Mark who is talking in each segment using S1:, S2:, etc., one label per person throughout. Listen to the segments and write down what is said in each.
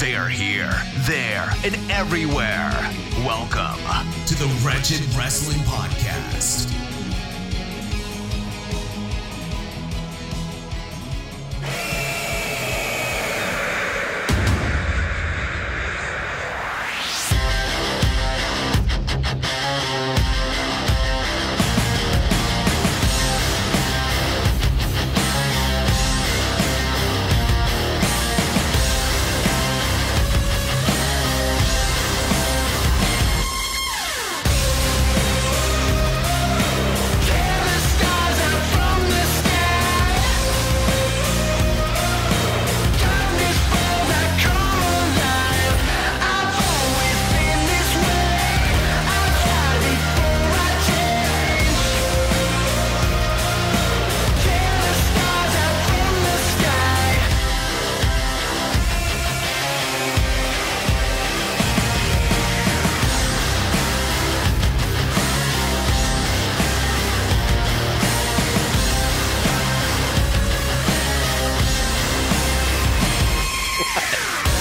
S1: They are here, there, and everywhere. Welcome to the Wretched Wrestling Podcast.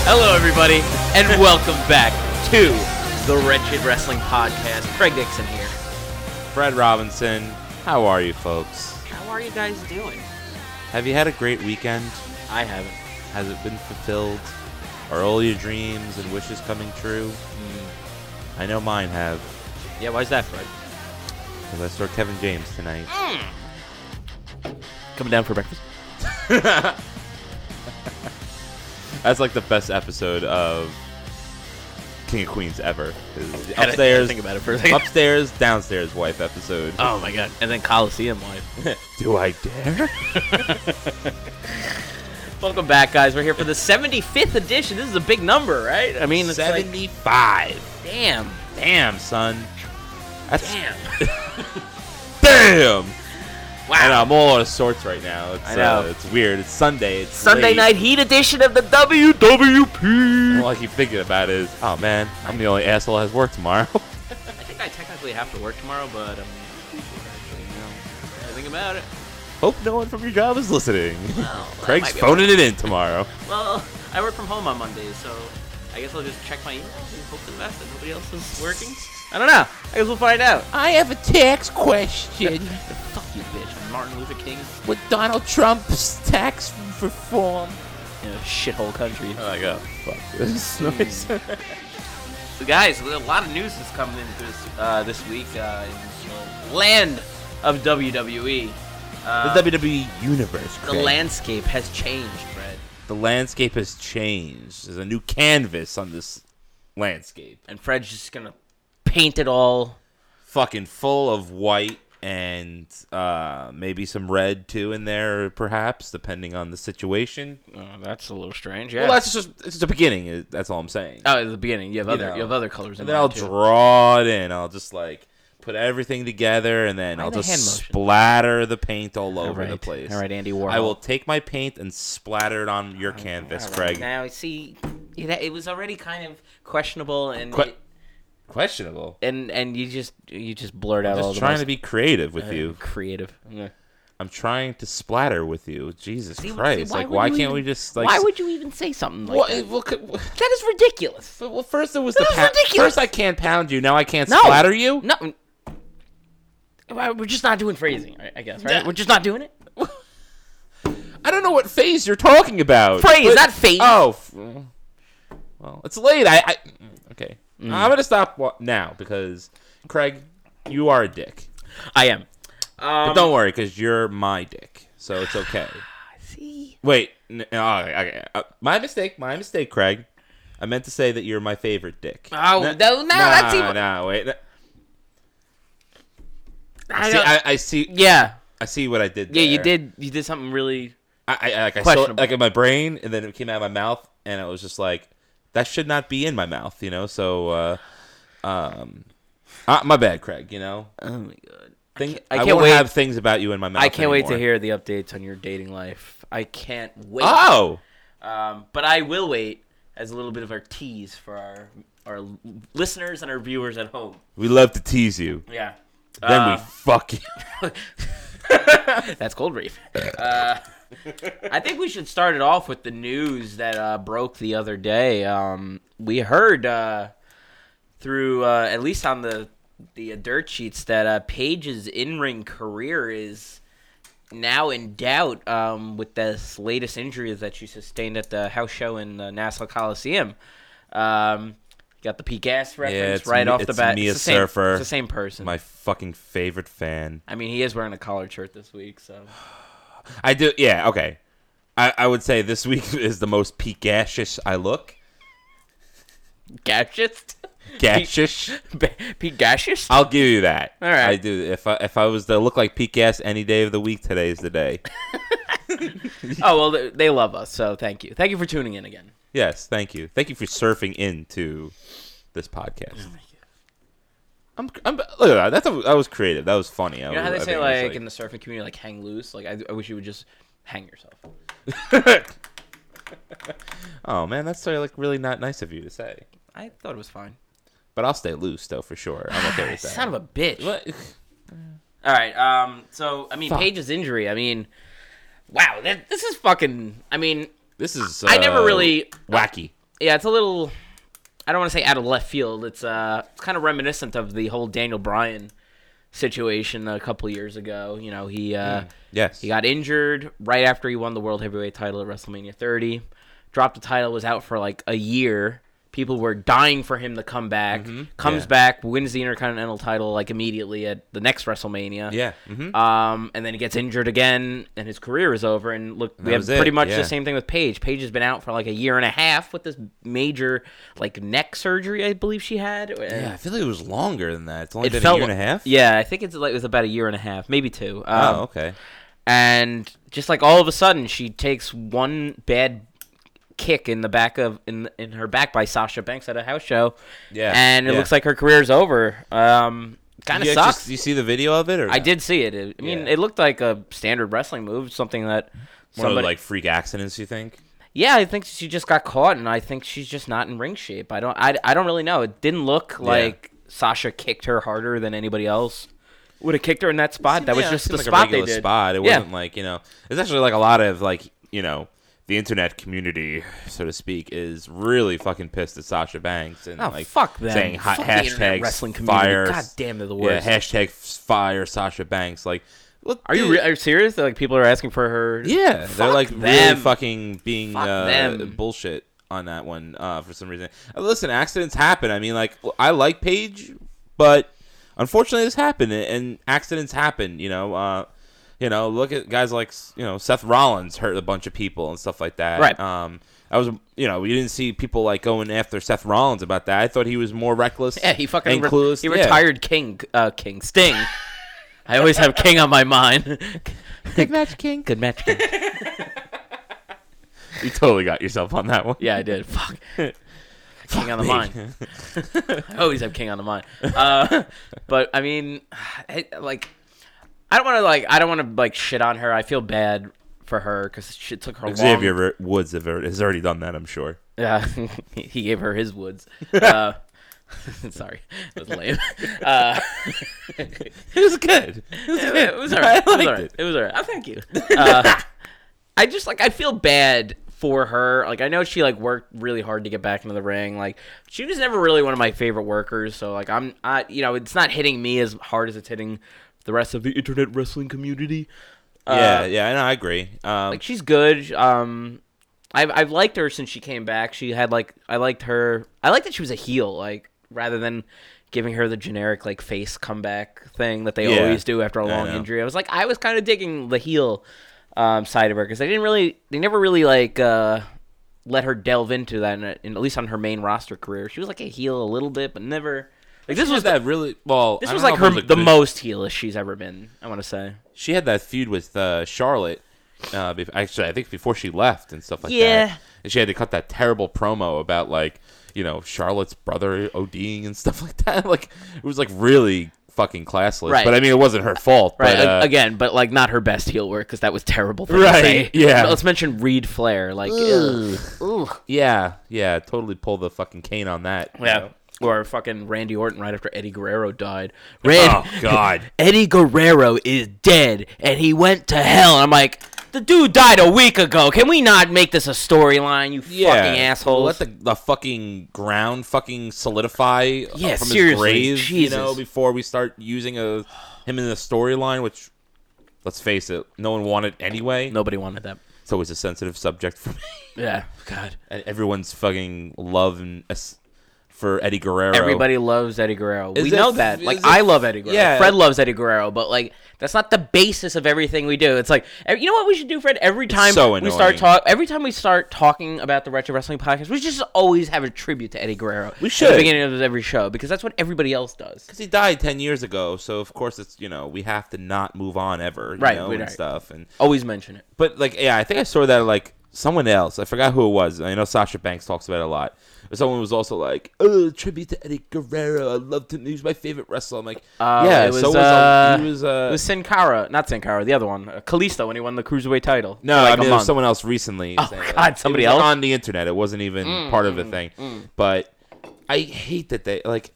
S2: Hello, everybody, and welcome back to the Wretched Wrestling Podcast. Craig Dixon here.
S3: Fred Robinson, how are you folks?
S2: How are you guys doing?
S3: Have you had a great weekend?
S2: I haven't.
S3: Has it been fulfilled? Are all your dreams and wishes coming true?
S2: Hmm.
S3: I know mine have,
S2: Yeah, why's that, Fred?
S3: because I saw Kevin James tonight.
S2: Coming down for breakfast.
S3: That's like the best episode of King of Queens ever. is
S2: Had to-
S3: Upstairs,
S2: Think about it for a second.
S3: upstairs, downstairs, wife episode.
S2: Oh my god! And then Coliseum Live.
S3: Do I dare?
S2: Welcome back, guys. We're here for the 75th edition. This is a big number, right? I mean, it's like-
S3: seventy-five.
S2: damn,
S3: damn, son. That's
S2: damn.
S3: damn.
S2: Wow.
S3: I know I'm all out of sorts right now. It's,
S2: I know.
S3: Uh, it's weird. It's Sunday. It's
S2: Sunday
S3: late.
S2: night heat edition of the WWP.
S3: All I keep thinking about is, oh man, I'm the only asshole that has work tomorrow.
S2: I think I technically have to work tomorrow, but I'm pretty sure actually no. I think about it.
S3: Hope no one from your job is listening.
S2: Well, that
S3: Craig's
S2: might be-
S3: phoning it in tomorrow.
S2: Well, I work from home on Mondays, so I guess I'll just check my emails and hope for the best that nobody else is working. I don't know. I guess we'll find out.
S4: I have a tax question.
S2: Fuck you, bitch. Martin Luther King
S4: With Donald Trump's tax reform?
S2: in a shithole country.
S3: I'm like, oh, Hmm. fuck this noise.
S2: So, guys, a lot of news is coming in this uh, this week uh, in the land of WWE. Uh,
S3: the WWE universe.
S2: the
S3: Craig.
S2: landscape has changed, Fred.
S3: The landscape has changed. There's a new canvas on this landscape,
S2: And Fred's just gonna paint it all.
S3: fucking full of white and uh, maybe some red too in there, perhaps depending on the situation.
S2: Oh, that's a little strange. Yeah.
S3: Well, that's just it's just the beginning. is- That's all I'm saying.
S2: oh, at the beginning, you have other you,
S3: know.
S2: have other colors.
S3: and
S2: in
S3: then I'll
S2: mind, too.
S3: draw it in. I'll just like put everything together, and then I'll
S2: the hand
S3: just
S2: motion?
S3: splatter the paint all over the
S2: right.
S3: place.
S2: All right, Andy Warhol.
S3: I will take my paint and splatter it on your canvas, Craig.
S2: Now, see, it, it was already kind of questionable, and
S3: Que-
S2: it-
S3: Questionable.
S2: and and you just you just blurt out all
S3: Just
S2: the
S3: trying
S2: most
S3: to be creative with you.
S2: creative.
S3: I'm trying to splatter with you. Jesus
S2: See,
S3: Christ!
S2: see,
S3: like,
S2: would
S3: why
S2: you
S3: can't
S2: even-
S3: we just like?
S2: why
S3: s-
S2: would you even say something like
S3: What-
S2: that?
S3: well, c- well,
S2: That is ridiculous.
S3: well, first it was the
S2: was
S3: pa-
S2: ridiculous.
S3: first I can't pound you. Now I can't
S2: No.
S3: splatter you.
S2: No. Well, We're just not doing phrasing, I- I guess, right? We're just not doing it.
S3: I don't know what phase you're talking about.
S2: Phrase,
S3: But-
S2: not phase.
S4: uh,
S3: Oh, f- well, it's late. I, I okay.
S2: Mm.
S3: I'm gonna stop wa- now because Craig, you are a dick.
S2: I am.
S3: but
S2: Um,
S3: don't worry, because you're my dick, so it's okay.
S2: See,
S3: Wait, n- no, okay, okay. Uh, my mistake. My mistake, Craig. I meant to say that you're my favorite dick.
S2: Oh,
S3: N-
S2: no, no, that's
S3: nah,
S2: even-
S3: nah, wait. n-
S2: I
S3: See,
S2: don't-
S3: I, I see.
S2: yeah,
S3: I see what I did.
S2: yeah, you
S3: there.
S2: did. You did something really.
S3: I, I- I like I saw it,
S2: Questionable.
S3: like in my brain, and then it came out of my mouth, and I was just like, that should not be in my mouth, you know. So, uh, um, Uh, my bad, Craig. You know,
S2: Oh my god.
S3: Thing,
S2: I
S3: I,
S2: can't
S3: won't
S2: wait.
S3: have things about you in my mouth.
S2: I can't wait to
S3: anymore.
S2: hear the updates on your dating life. I can't wait.
S3: Oh,
S2: Um, but I will wait as a little bit of our tease for our our listeners and our viewers at home.
S3: we love to tease you.
S2: Yeah.
S3: Then
S2: Uh.
S3: we fuck you.
S2: That's cold reef. Uh, I think we should start it off with the news that uh, broke the other day. Um, we heard uh, through uh, at least on the the uh, dirt sheets that uh, Paige's in ring career is now in doubt um, with this latest injury that she sustained at the house show in the Nassau Coliseum. Um, got the P gas reference
S3: it's
S2: right
S3: me-
S2: off the
S3: it's
S2: bat.
S3: Mia
S2: the same,
S3: Surfer.
S2: It's the same person.
S3: My fucking favorite fan.
S2: I mean, he is wearing a collared shirt this week, so.
S3: I do. Yeah. Okay. I, I would say this week is the most peak gashish I look.
S2: Gashiest?
S3: Gashish.
S2: Pete Gashiest?
S3: I'll give you that.
S2: All right.
S3: I do. If I if I was to look like peak gas any day of the week, today is the day.
S2: Oh, well, they- they love us, so thank you. Thank you for tuning in again.
S3: yes. Thank you. Thank you for surfing into this
S2: Oh
S3: podcast. I'm, I'm look at that. That's a, that was creative. That was funny.
S2: You know how they say, like, in the surfing community, like, hang loose? Like, I, I wish you would just hang yourself.
S3: oh man, that's sort of like really not nice of you to say.
S2: I thought it was fine.
S3: But I'll stay loose though for sure. I'm okay with that.
S2: Son of a bitch.
S3: What?
S2: All right, um, so, I mean, Paige's injury, I mean, wow, that, this is fucking, I mean,
S3: This is
S2: I never
S3: uh,
S2: really- uh,
S3: wacky.
S2: yeah, it's a little. I don't want to say out of left field. It's uh, it's kind of reminiscent of the whole Daniel Bryan situation a couple years ago. You know, he uh,
S3: Yes.
S2: he got injured right after he won the world heavyweight title at WrestleMania 30. Dropped the title, was out for like a year. People were dying for him to come back. Comes
S3: Mm-hmm. Yeah.
S2: back, wins the Intercontinental title like immediately at the next WrestleMania.
S3: yeah. hmm
S2: Um, and then he gets injured again, and his career is over. And look, we have
S3: was it,
S2: pretty much
S3: yeah.
S2: the same thing with Paige. Paige has been out for like a year and a half with this major like neck surgery, I believe she had. and
S3: yeah. I feel like it was longer than that. It's only
S2: it
S3: been
S2: felt
S3: a year and a half.
S2: Yeah, I think it's like it was about a year and a half, maybe two. Um,
S3: Oh, okay.
S2: And just like all of a sudden, she takes one bad kick in the back of in in her back by Sasha Banks at a house show.
S3: Yeah,
S2: and it
S3: yeah.
S2: looks like her career's over. Um, kind of
S3: You
S2: sucks.
S3: actually- you see the video of it, or
S2: I
S3: no?
S2: did see it. It- I mean,
S3: Yeah.
S2: it looked like a standard wrestling move, something that
S3: One of the,
S2: somebody.
S3: like freak accidents. You think?
S2: yeah, I think she just got caught, and I think she's just not in ring shape. I don't. I, I don't really know. It didn't look like Sasha kicked her harder than anybody else. Would have kicked her in that spot. That was
S3: Yeah, it
S2: just the
S3: seemed like
S2: spot
S3: a
S2: they
S3: regular
S2: did.
S3: Spot. It
S2: Yeah.
S3: wasn't like you know. It's actually like a lot of like you know. The internet community, so to speak, is really fucking pissed at Sasha Banks and
S2: Oh,
S3: like
S2: fuck them.
S3: saying hot
S2: Fuck the internet
S3: hashtags
S2: wrestling community.
S3: fire.
S2: God damn, they're the worst.
S3: Yeah, hashtag fire Sasha Banks. Like, look,
S2: Are you
S3: dude,
S2: re- are you serious? Like people are asking for her.
S3: Yeah, they're like
S2: them.
S3: really fucking being
S2: Fuck
S3: uh,
S2: them.
S3: bullshit on that one uh, for some reason. Uh, Listen, accidents happen. I mean, like I like Paige, but unfortunately, this happened, and- and accidents happen. You know, uh, you know, look at guys like you know Seth Rollins hurt a bunch of people and stuff like that.
S2: Right.
S3: Um, I was you know you didn't see people like going after Seth Rollins about that. I thought he was more reckless.
S2: Yeah, he fucking
S3: and
S2: re-
S3: clueless.
S2: He
S3: Yeah.
S2: retired King. Uh, King Sting. I always have King on my mind. Good match, King. Good match, King.
S3: You totally got yourself on that one.
S2: Yeah, I did. Fuck. King on the mind. I always have King on the mind. Uh, but I mean, I, like, I don't want to like, I don't want to like shit on her. I feel bad for her because shit took her
S3: Xavier
S2: long.
S3: Re- Woods have al- has already done that. I'm sure.
S2: Yeah, he gave her his woods. Uh, sorry, that was lame. Uh,
S3: It was good.
S2: it was alright. It was
S3: I liked
S2: alright.
S3: it.
S2: It was alright. Oh, thank you. Uh, I just like I feel bad for her. Like I know she like worked really hard to get back into the ring. Like she was never really one of my favorite workers. So like I'm, I you know, it's not hitting me as hard as it's hitting the rest of the internet wrestling community.
S3: Yeah, yeah, no, I agree. Um,
S2: Like she's good. Um, I've I've liked her since she came back. She had like I liked her. I liked that she was a heel. Like rather than giving her the generic like face comeback thing that they
S3: Yeah.
S2: always do after a long
S3: know.
S2: injury. I was like I was kind of digging the heel um, side of her because they didn't really they never really like uh, let her delve into that. In, in, at least on her main roster career, she was like a heel a little bit, but never. Like this was the,
S3: that really well.
S2: this
S3: I
S2: was
S3: don't
S2: like
S3: know
S2: her
S3: if it a
S2: the
S3: good-
S2: most heelish she's ever been. I want to say.
S3: She had that feud with uh, Charlotte. Uh, bef- actually, I think before she left and stuff like
S2: Yeah.
S3: that. And she had to cut that terrible promo about like you know Charlotte's brother ODing and stuff like that. Like it was like really fucking classless.
S2: Right.
S3: But I mean, it wasn't her fault.
S2: Right
S3: But,
S2: a-
S3: uh,
S2: again, but like not her best heel work because that was terrible. Thing to
S3: Right,
S2: say.
S3: yeah.
S2: But let's mention Reed Flair. Like, ugh.
S3: Yeah, yeah, totally pull the fucking cane on that. you
S2: yeah.
S3: know?
S2: Or fucking Randy Orton right after Eddie Guerrero died. Ran-
S3: Oh God.
S2: Eddie Guerrero is dead and he went to hell. And I'm like, the dude died a week ago. Can we not make this a storyline, you fucking assholes?
S3: Let the, the fucking ground fucking solidify uh,
S2: Yeah,
S3: from his
S2: seriously,
S3: grave,
S2: Jesus.
S3: you know, before we start using a him in the storyline, which let's face it, no one wanted anyway.
S2: Nobody wanted that.
S3: It's always a sensitive subject for me.
S2: Yeah. God.
S3: And everyone's fucking love and es- for Eddie Guerrero.
S2: Everybody loves Eddie Guerrero.
S3: Is
S2: we
S3: it-
S2: know that. Like
S3: is it-
S2: I love Eddie Guerrero.
S3: Yeah.
S2: Fred loves Eddie Guerrero, but like that's not the basis of everything we do. It's like eh, you know what we should do, Fred. Every time
S3: so
S2: we start
S3: annoying.
S2: talk, every time we start talking about the retro wrestling podcast, we just always have a tribute to Eddie Guerrero. We at
S3: should.
S2: the beginning of every show because that's what everybody else does.
S3: Because he died 10 years ago, so of course it's, you know, we have to not move on ever, you
S2: Right,
S3: know,
S2: we-
S3: and
S2: right.
S3: stuff. And
S2: Always mention it.
S3: But like, yeah, I think I saw that like someone else. I forgot who it was. I know Sasha Banks talks about it a lot. But someone was also like, "Oh, tribute to Eddie Guerrero. I love to. He's my favorite wrestler." I'm like,
S2: Uh,
S3: "Yeah,
S2: it was,
S3: so was,
S2: uh,
S3: a, he was, uh,
S2: It was Sin Cara, not Sin Cara, the other one, uh, Kalisto when he won the cruiserweight title.
S3: no,
S2: for, like,
S3: I
S2: a
S3: mean, it was
S2: month.
S3: someone else recently.
S2: Oh,
S3: saying that.
S2: God,
S3: It was,
S2: somebody
S3: like,
S2: else? Mm,
S3: on the internet. It wasn't even part of the thing. But I hate that they like.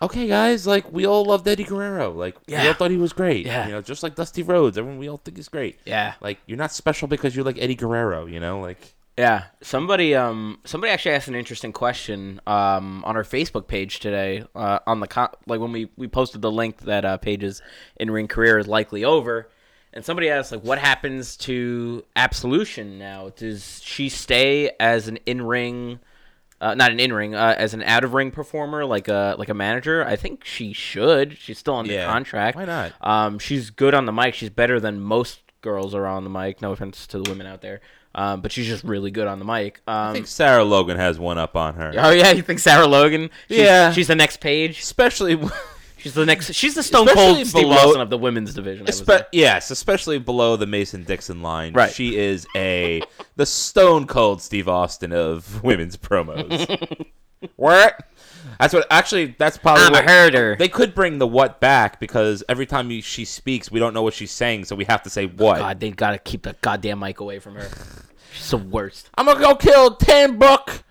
S3: Okay, guys, like we all loved Eddie Guerrero. Like we
S2: Yeah.
S3: all thought he was great.
S2: Yeah.
S3: you know, just like Dusty Rhodes, everyone we all think is great.
S2: Yeah.
S3: like you're not special because you're like Eddie Guerrero. You know, like
S2: Yeah, somebody um somebody actually asked an interesting question um on our Facebook page today uh, on the co- like when we we posted the link that uh, Paige's in ring career is likely over, and somebody asked like what happens to Absolution now? Does she stay as an in ring? Uh, not an in-ring, uh, as an out-of-ring performer, like a like a manager. I think she should. She's still under
S3: Yeah.
S2: contract.
S3: Why not?
S2: Um, she's good on the mic. She's better than most girls are on the mic. No offense to the women out there, um, but she's just really good on the mic.
S3: I
S2: Um,
S3: think Sarah Logan has one up on her.
S2: oh yeah, you think Sarah Logan? She's,
S3: Yeah.
S2: she's the next page.
S3: Especially,
S2: She's the next. She's the Stone
S3: Especially
S2: Cold Steve
S3: below-
S2: Austin of the women's division. I would say.
S3: espe- yes, especially below the Mason Dixon line.
S2: Right.
S3: She is a the stone cold Steve Austin of women's promos. what? That's what actually. That's probably
S2: I'm a
S3: what-
S2: herder.
S3: They could bring the what back because every time you, she speaks, we don't know what she's saying, so we have to say what.
S2: God, they gotta keep the goddamn mic away from her. She's the worst.
S3: I'm gonna go kill ten buck.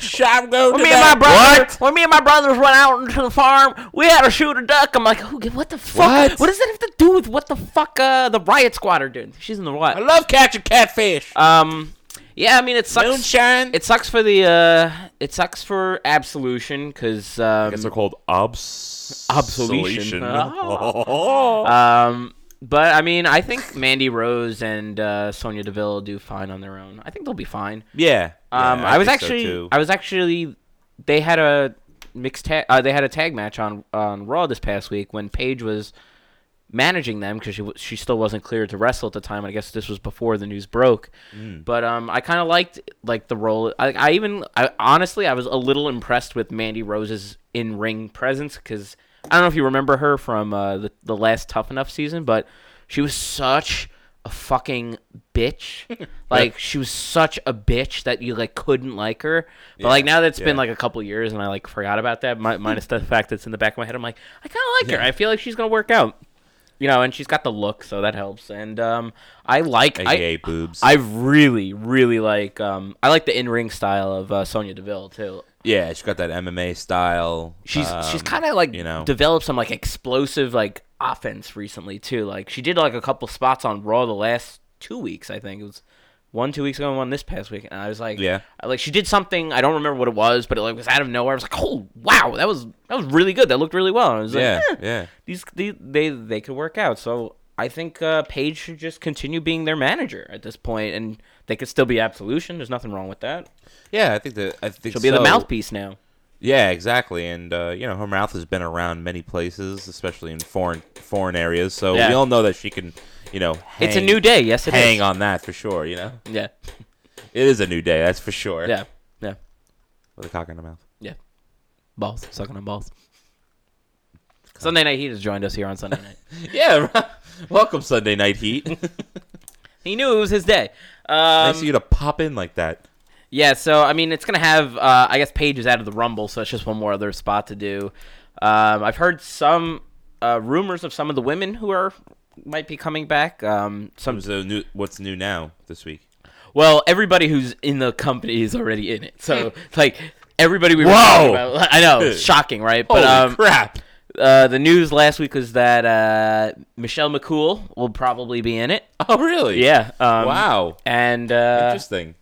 S3: Shot go to
S2: When me and my
S3: that-
S2: brother,
S3: What?
S2: when me and my brothers went out into the farm, we had to shoot a duck. I'm like, who? What the fuck?
S3: What?
S2: what does that have to do with what the fuck? Uh, the riot squad are doing? She's in the
S3: I
S2: what?
S3: love catching catfish.
S2: Um, yeah, I mean, it sucks.
S3: Moonshine.
S2: It sucks for the uh, it sucks for Absolution because um,
S3: I guess they're called obs.
S2: Obsolescence.
S3: Oh.
S2: um, but I mean, I think Mandy Rose and uh, Sonya Deville do fine on their own. I think they'll be fine.
S3: Yeah.
S2: Um,
S3: yeah,
S2: I, was
S3: think so,
S2: actually,
S3: too.
S2: I was actually, they had a mixed tag, uh, they had a tag match on on Raw this past week when Paige was managing them because she wa- she still wasn't cleared to wrestle at the time. I guess this was before the news broke,
S3: Mm.
S2: but um, I kind of liked like the role. I, I even I, honestly, I was a little impressed with Mandy Rose's in ring presence because I don't know if you remember her from uh, the the last Tough Enough season, but she was such a fucking bitch. like she was such a bitch that you like couldn't like her. But like now that it's been
S3: yeah.
S2: like a couple years and I like forgot about that, mi- minus the fact that's in the back of my head, I'm like, I kind of like her. I feel like she's gonna work out. You know, and she's got the look, so that helps. And um, I like
S3: AKA
S2: I,
S3: boobs.
S2: I really, really like um, I like the in ring style of uh, Sonya Deville too.
S3: yeah, she's got that MMA style.
S2: She's she's
S3: um,
S2: kind of like
S3: you know.
S2: developed some like explosive like offense recently too. Like she did like a couple spots on Raw the last two weeks. I think it was one two weeks ago and one this past week. And I was like,
S3: Yeah.
S2: I- like she did something. I don't remember what it was, but it like was out of nowhere. I was like, oh wow, that was that was really good. That looked really well. And I was like,
S3: yeah,
S2: "Eh,
S3: yeah.
S2: these they they, they could work out. So. I think uh, Paige should just continue being their manager at this point, and they could still be Absolution. There's nothing wrong with that.
S3: Yeah, I think that I think
S2: She'll be the
S3: so.
S2: mouthpiece now.
S3: Yeah, exactly. And uh, you know, her mouth has been around many places, especially in foreign foreign areas. So
S2: Yeah.
S3: we all know that she can, you know, hang,
S2: it's a new day. Yes, it is.
S3: Hang on that for sure. You know,
S2: Yeah,
S3: it is a new day. That's for sure.
S2: yeah, yeah.
S3: With a cock in her mouth.
S2: Yeah. Balls. Sucking on balls. Sunday Night Heat has joined us here on Sunday Night.
S3: Yeah. Welcome Sunday Night Heat.
S2: he knew it was his day.
S3: nice
S2: Um,
S3: of you to pop in like that.
S2: Yeah, so I mean, it's gonna have. Uh, I guess Paige is out of the Rumble, so it's just one more other spot to do. Um, I've heard some uh, rumors of some of the women who are might be coming back. Um, some
S3: So new, what's new now this week?
S2: well, everybody who's in the company is already in it, so like everybody we were
S3: Whoa!
S2: talking about. I know, it's shocking, right? But um,
S3: crap!
S2: uh, the news last week was that uh, Michelle McCool will probably be in it.
S3: Oh really?
S2: Yeah. Um,
S3: Wow.
S2: And uh,
S3: Interesting.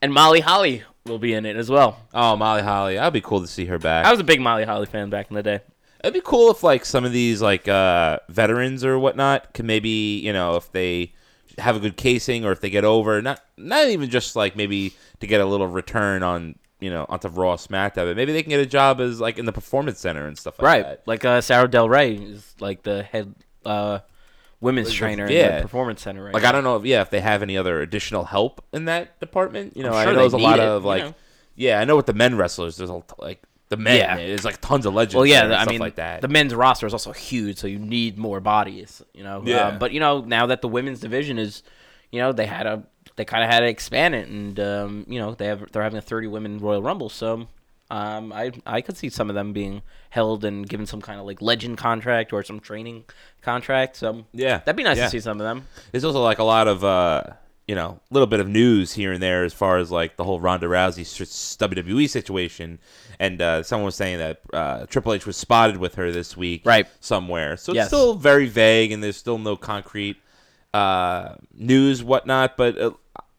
S2: and Molly Holly will be in it as well.
S3: Oh, Molly Holly. That'd be cool to see her back.
S2: I was a big Molly Holly fan back in the day.
S3: It'd be cool if like some of these like uh, veterans or whatnot can maybe you know if they have a good casing or if they get over not not even just like maybe to get a little return on you know onto Raw SmackDown, but maybe they can get a job as like in the Performance Center and stuff like
S2: right
S3: that.
S2: like uh sarah del rey is like the head uh women's trainer in
S3: yeah.
S2: the performance center right
S3: Like I don't know if yeah if they have any other additional help in that department. You know
S2: I'm
S3: I
S2: sure
S3: know
S2: they
S3: there's a
S2: need
S3: lot
S2: it,
S3: of
S2: you
S3: like
S2: know.
S3: yeah I know with the men wrestlers there's a t- like the men
S2: Yeah.
S3: there's like tons of legends.
S2: well yeah
S3: there and
S2: the- i
S3: stuff
S2: mean
S3: like that.
S2: the men's roster is also huge so you need more bodies you know
S3: Yeah.
S2: um, but you know now that the women's division is you know they had a they kind of had to expand it and um you know they have they're having a 30 women royal rumble so um, I I could see some of them being held and given some kind of like legend contract or some training contract. So
S3: Yeah,
S2: that'd be nice
S3: yeah.
S2: to see some of them.
S3: There's also like a lot of uh, you know, little bit of news here and there as far as like the whole Ronda Rousey s- WWE situation, and uh, someone was saying that uh, Triple H was spotted with her this week,
S2: Right.
S3: Somewhere, so
S2: Yes.
S3: it's still very vague, and there's still no concrete uh, news, whatnot. But uh,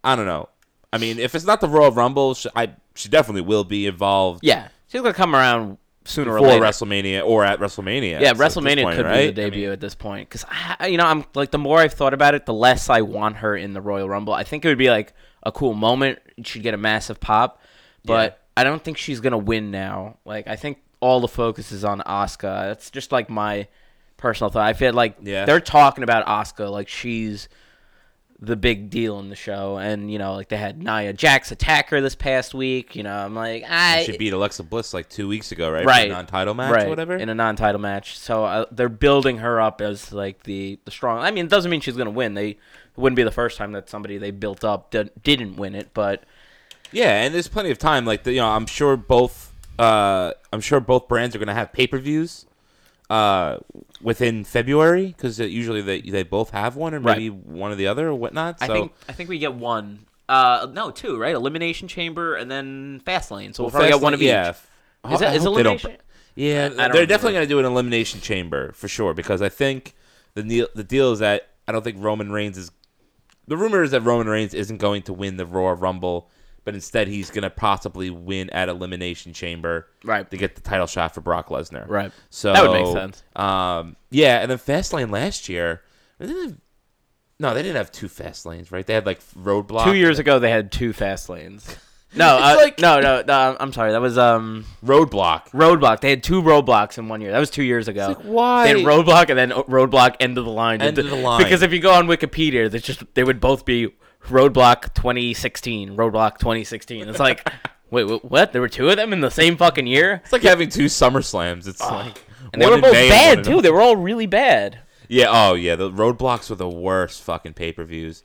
S3: I don't know. I mean, if it's not the Royal Rumble, sh I she definitely will be involved.
S2: Yeah, she's gonna come around sooner
S3: For
S2: or later.
S3: WrestleMania or at WrestleMania.
S2: Yeah,
S3: So at this
S2: WrestleMania
S3: point,
S2: could
S3: right?
S2: be the debut at this point because you know I'm like the more I've thought about it, the less I want her in the Royal Rumble. I think it would be like a cool moment. She'd get a massive pop, but I don't think she's gonna win now. Like I think all the focus is on Asuka. That's just like my personal thought. I feel like
S3: Yeah.
S2: they're talking about Asuka like she's the big deal in the show, and you know like they had Nia Jax attack her this past week. You know I'm like I
S3: She beat Alexa Bliss like two weeks ago, right? For a
S2: right
S3: non-title match
S2: right,
S3: or whatever.
S2: in a non-title match so uh, they're building her up as like the the strong i mean it doesn't mean she's gonna win they it wouldn't be the first time that somebody they built up that didn't win it but
S3: Yeah, and there's plenty of time. Like the, you know, I'm sure both. Uh, I'm sure both brands are going to have pay per views. Uh, within February, because usually they they both have one, or
S2: Right.
S3: maybe one or the other, or whatnot. So
S2: i think i think we get one uh no two right elimination chamber and then fast lane so we'll, probably
S3: Fastlane-
S2: get one of
S3: yeah.
S2: each
S3: F- I-
S2: Is that-
S3: I
S2: is
S3: hope they don't-
S2: elimination-
S3: Yeah,
S2: don't
S3: they're
S2: remember.
S3: definitely going to do an elimination chamber for sure because I think the deal, the deal is that I don't think Roman Reigns is. The rumor is that Roman Reigns isn't going to win the Royal Rumble, but instead he's going to possibly win at Elimination Chamber,
S2: Right.
S3: to get the title shot for Brock Lesnar,
S2: Right.
S3: So
S2: That would make sense.
S3: Um, yeah, and then Fastlane last year, they didn't have, no, they didn't have two fast lanes, right? They had like Roadblock,
S2: two years ago they had two fast lanes no,
S3: It's
S2: uh,
S3: like-
S2: no, no, no. I'm sorry. That was um
S3: Roadblock,
S2: roadblock. They had two roadblocks in one year. That was two years ago.
S3: like, why?
S2: They had roadblock and then roadblock end of the line.
S3: End of the line.
S2: Because if you go on Wikipedia, they just they would both be roadblock 2016, roadblock 2016. It's like, wait, wh- what? There were two of them in the same fucking year.
S3: It's like having two Summer Slams. It's like
S2: And they
S3: one
S2: were both
S3: in May and one
S2: bad
S3: in-
S2: too. They were all really bad.
S3: Yeah. Oh, yeah. The roadblocks were the worst fucking pay per views.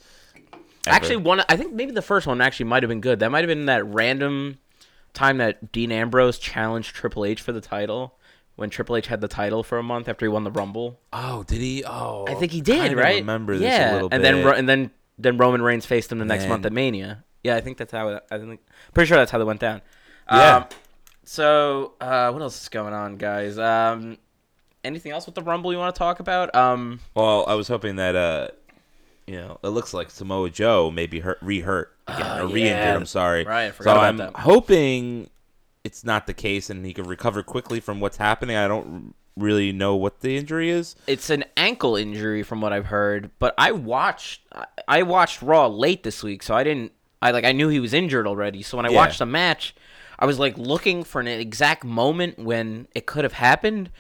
S2: Actually, one I think maybe the first one actually might have been good. That might have been that random time that Dean Ambrose challenged Triple H for the title when Triple H had the title for a month after he won the Rumble.
S3: Oh, did he? Oh,
S2: I think he
S3: I
S2: did,
S3: kinda
S2: right?
S3: Remember this
S2: yeah.
S3: a little
S2: and
S3: bit.
S2: then Ro- and then then Roman Reigns faced him the next month at
S3: Man.
S2: Mania. Yeah, I think that's how it, I think pretty sure that's how they went down.
S3: Yeah.
S2: Um, so uh, what else is going on, guys? Um, anything else with the Rumble you want to talk about? Um,
S3: well, I was hoping that uh, you know, it looks like Samoa Joe maybe hurt, re-hurt again, or
S2: Uh, yeah.
S3: re-injured. I'm sorry.
S2: Right, I forgot
S3: so
S2: about
S3: I'm
S2: that.
S3: hoping it's not the case and he can recover quickly from what's happening. I don't r- really know what the injury is.
S2: it's an ankle injury from what I've heard, but I watched I- I watched Raw late this week, so I didn't I like I knew he was injured already. So when I
S3: Yeah.
S2: watched the match, I was like looking for an exact moment when it could have happened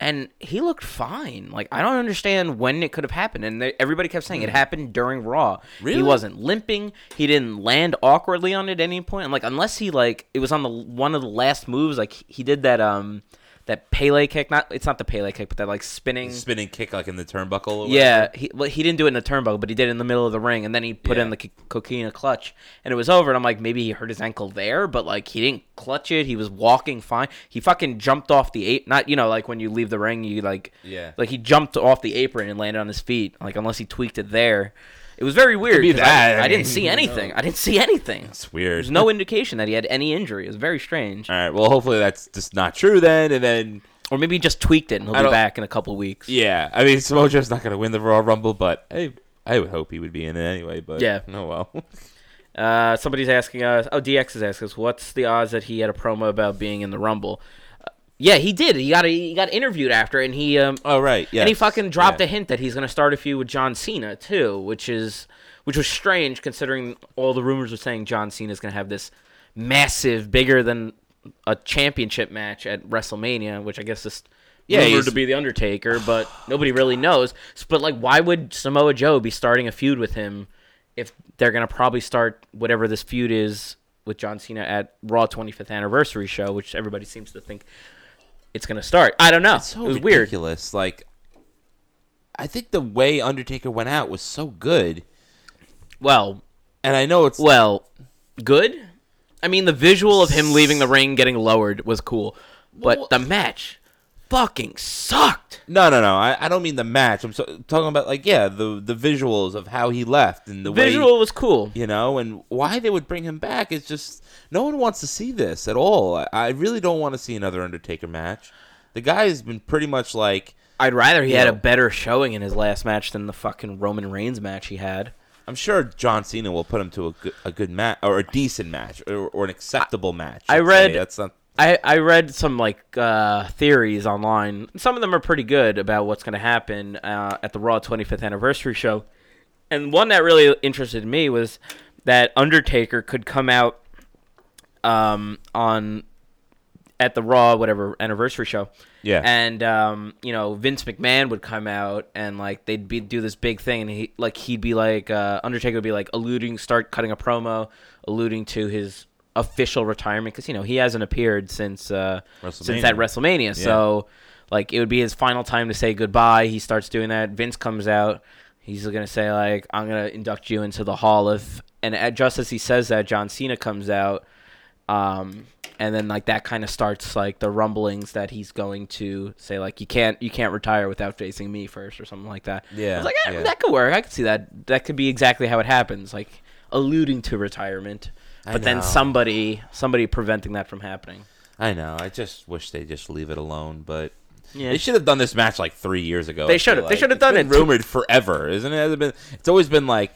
S2: and he looked fine. Like I don't understand when it could have happened and they, everybody kept saying it happened during Raw.
S3: Mm. Really?
S2: He wasn't limping. He didn't land awkwardly on it at any point. I'm like unless he like it was on the one of the last moves like he did that um that Pele kick. Not it's not the Pele kick, but that like spinning.
S3: spinning kick like in the turnbuckle. Or whatever.
S2: Yeah, he well, he didn't do it in the turnbuckle, but he did it in the middle of the ring, and then he put
S3: Yeah.
S2: in the K- coquina clutch, and it was over. And I'm like, maybe he hurt his ankle there, but like he didn't clutch it. He was walking fine. He fucking jumped off the ape. Not you know like when you leave the ring, you like
S3: Yeah.
S2: like he jumped off the apron and landed on his feet. Like unless he tweaked it there, it was very weird.
S3: be
S2: 'cause I,
S3: that, I
S2: I didn't
S3: mean,
S2: see anything. I didn't see anything.
S3: It's weird.
S2: There's no indication that he had any injury. It was very strange.
S3: All right. Well, hopefully that's just not true then. And then,
S2: Or maybe he just tweaked it and he'll
S3: I
S2: be
S3: don't-
S2: back in a couple weeks.
S3: yeah. I mean, Samoa Joe's not going to win the Royal Rumble, but I, I would hope he would be in it anyway. But
S2: Yeah.
S3: Oh well.
S2: Uh, somebody's asking us. Oh, DX is asking us. What's the odds that he had a promo about being in the Rumble? Uh, yeah, he did. He got he got interviewed after, and he um
S3: oh right. Yeah.
S2: and he fucking dropped a hint that he's gonna start a feud with John Cena too, which is which was strange considering all the rumors were saying John Cena's gonna have this massive, bigger than a championship match at WrestleMania, which I guess is
S3: Yeah,
S2: rumored
S3: he's-
S2: to be the Undertaker, but nobody really knows. S- But like, why would Samoa Joe be starting a feud with him if they're gonna probably start whatever this feud is with John Cena at Raw 25th anniversary show, which everybody seems to think. It's gonna start. I don't know.
S3: so
S2: it was weird.
S3: ridiculous. Like, I think the way Undertaker went out was so good,
S2: Well,
S3: and I know it's
S2: Well, good. I mean, the visual of him leaving the ring getting lowered was cool, but the match fucking sucked.
S3: no, no, no. I, I don't mean the match. I'm so, talking about like yeah, the the visuals of how he left and the
S2: Visual
S3: way
S2: was cool.
S3: you know, and why they would bring him back is just no one wants to see this at all. I, I really don't want to see another Undertaker match. The guy has been pretty much like
S2: I'd rather he had a
S3: Yeah.
S2: better showing in his last match than the fucking Roman Reigns match he had.
S3: I'm sure John Cena will put him to a good, a good match or a decent match or, or an acceptable match.
S2: I
S3: I'd say.
S2: read-
S3: that's not
S2: I, I read some like uh, theories online. Some of them are pretty good about what's going to happen uh, at the Raw 25th anniversary show. And one that really interested me was that Undertaker could come out um, on at the Raw whatever anniversary show.
S3: Yeah.
S2: And um, you know Vince McMahon would come out and like they'd be do this big thing and he like he'd be like uh, Undertaker would be like alluding start cutting a promo alluding to his official retirement because you know he hasn't appeared since uh, since that
S3: WrestleMania.
S2: WrestleMania. So like it would be his final time to say goodbye. He starts doing that. Vince comes out. He's gonna say like I'm gonna induct you into the Hall of. And at, just as he says that, John Cena comes out. Um, and then like that kind of starts like the rumblings that he's going to say like you can't you can't retire without facing me first or something like that.
S3: Yeah,
S2: I was like "Ah,
S3: yeah.
S2: that could work. I could see that. That could be exactly how it happens, like alluding to retirement,
S3: I
S2: but then
S3: know.
S2: somebody somebody preventing that from happening.
S3: I know. I just wish they just leave it alone, but
S2: Yeah.
S3: they should have done this match like three years ago.
S2: They
S3: I
S2: should have.
S3: feel
S2: They
S3: like.
S2: should have
S3: It's
S2: done
S3: been
S2: it.
S3: Rumored forever, isn't it? Hasn't been- It's always been like.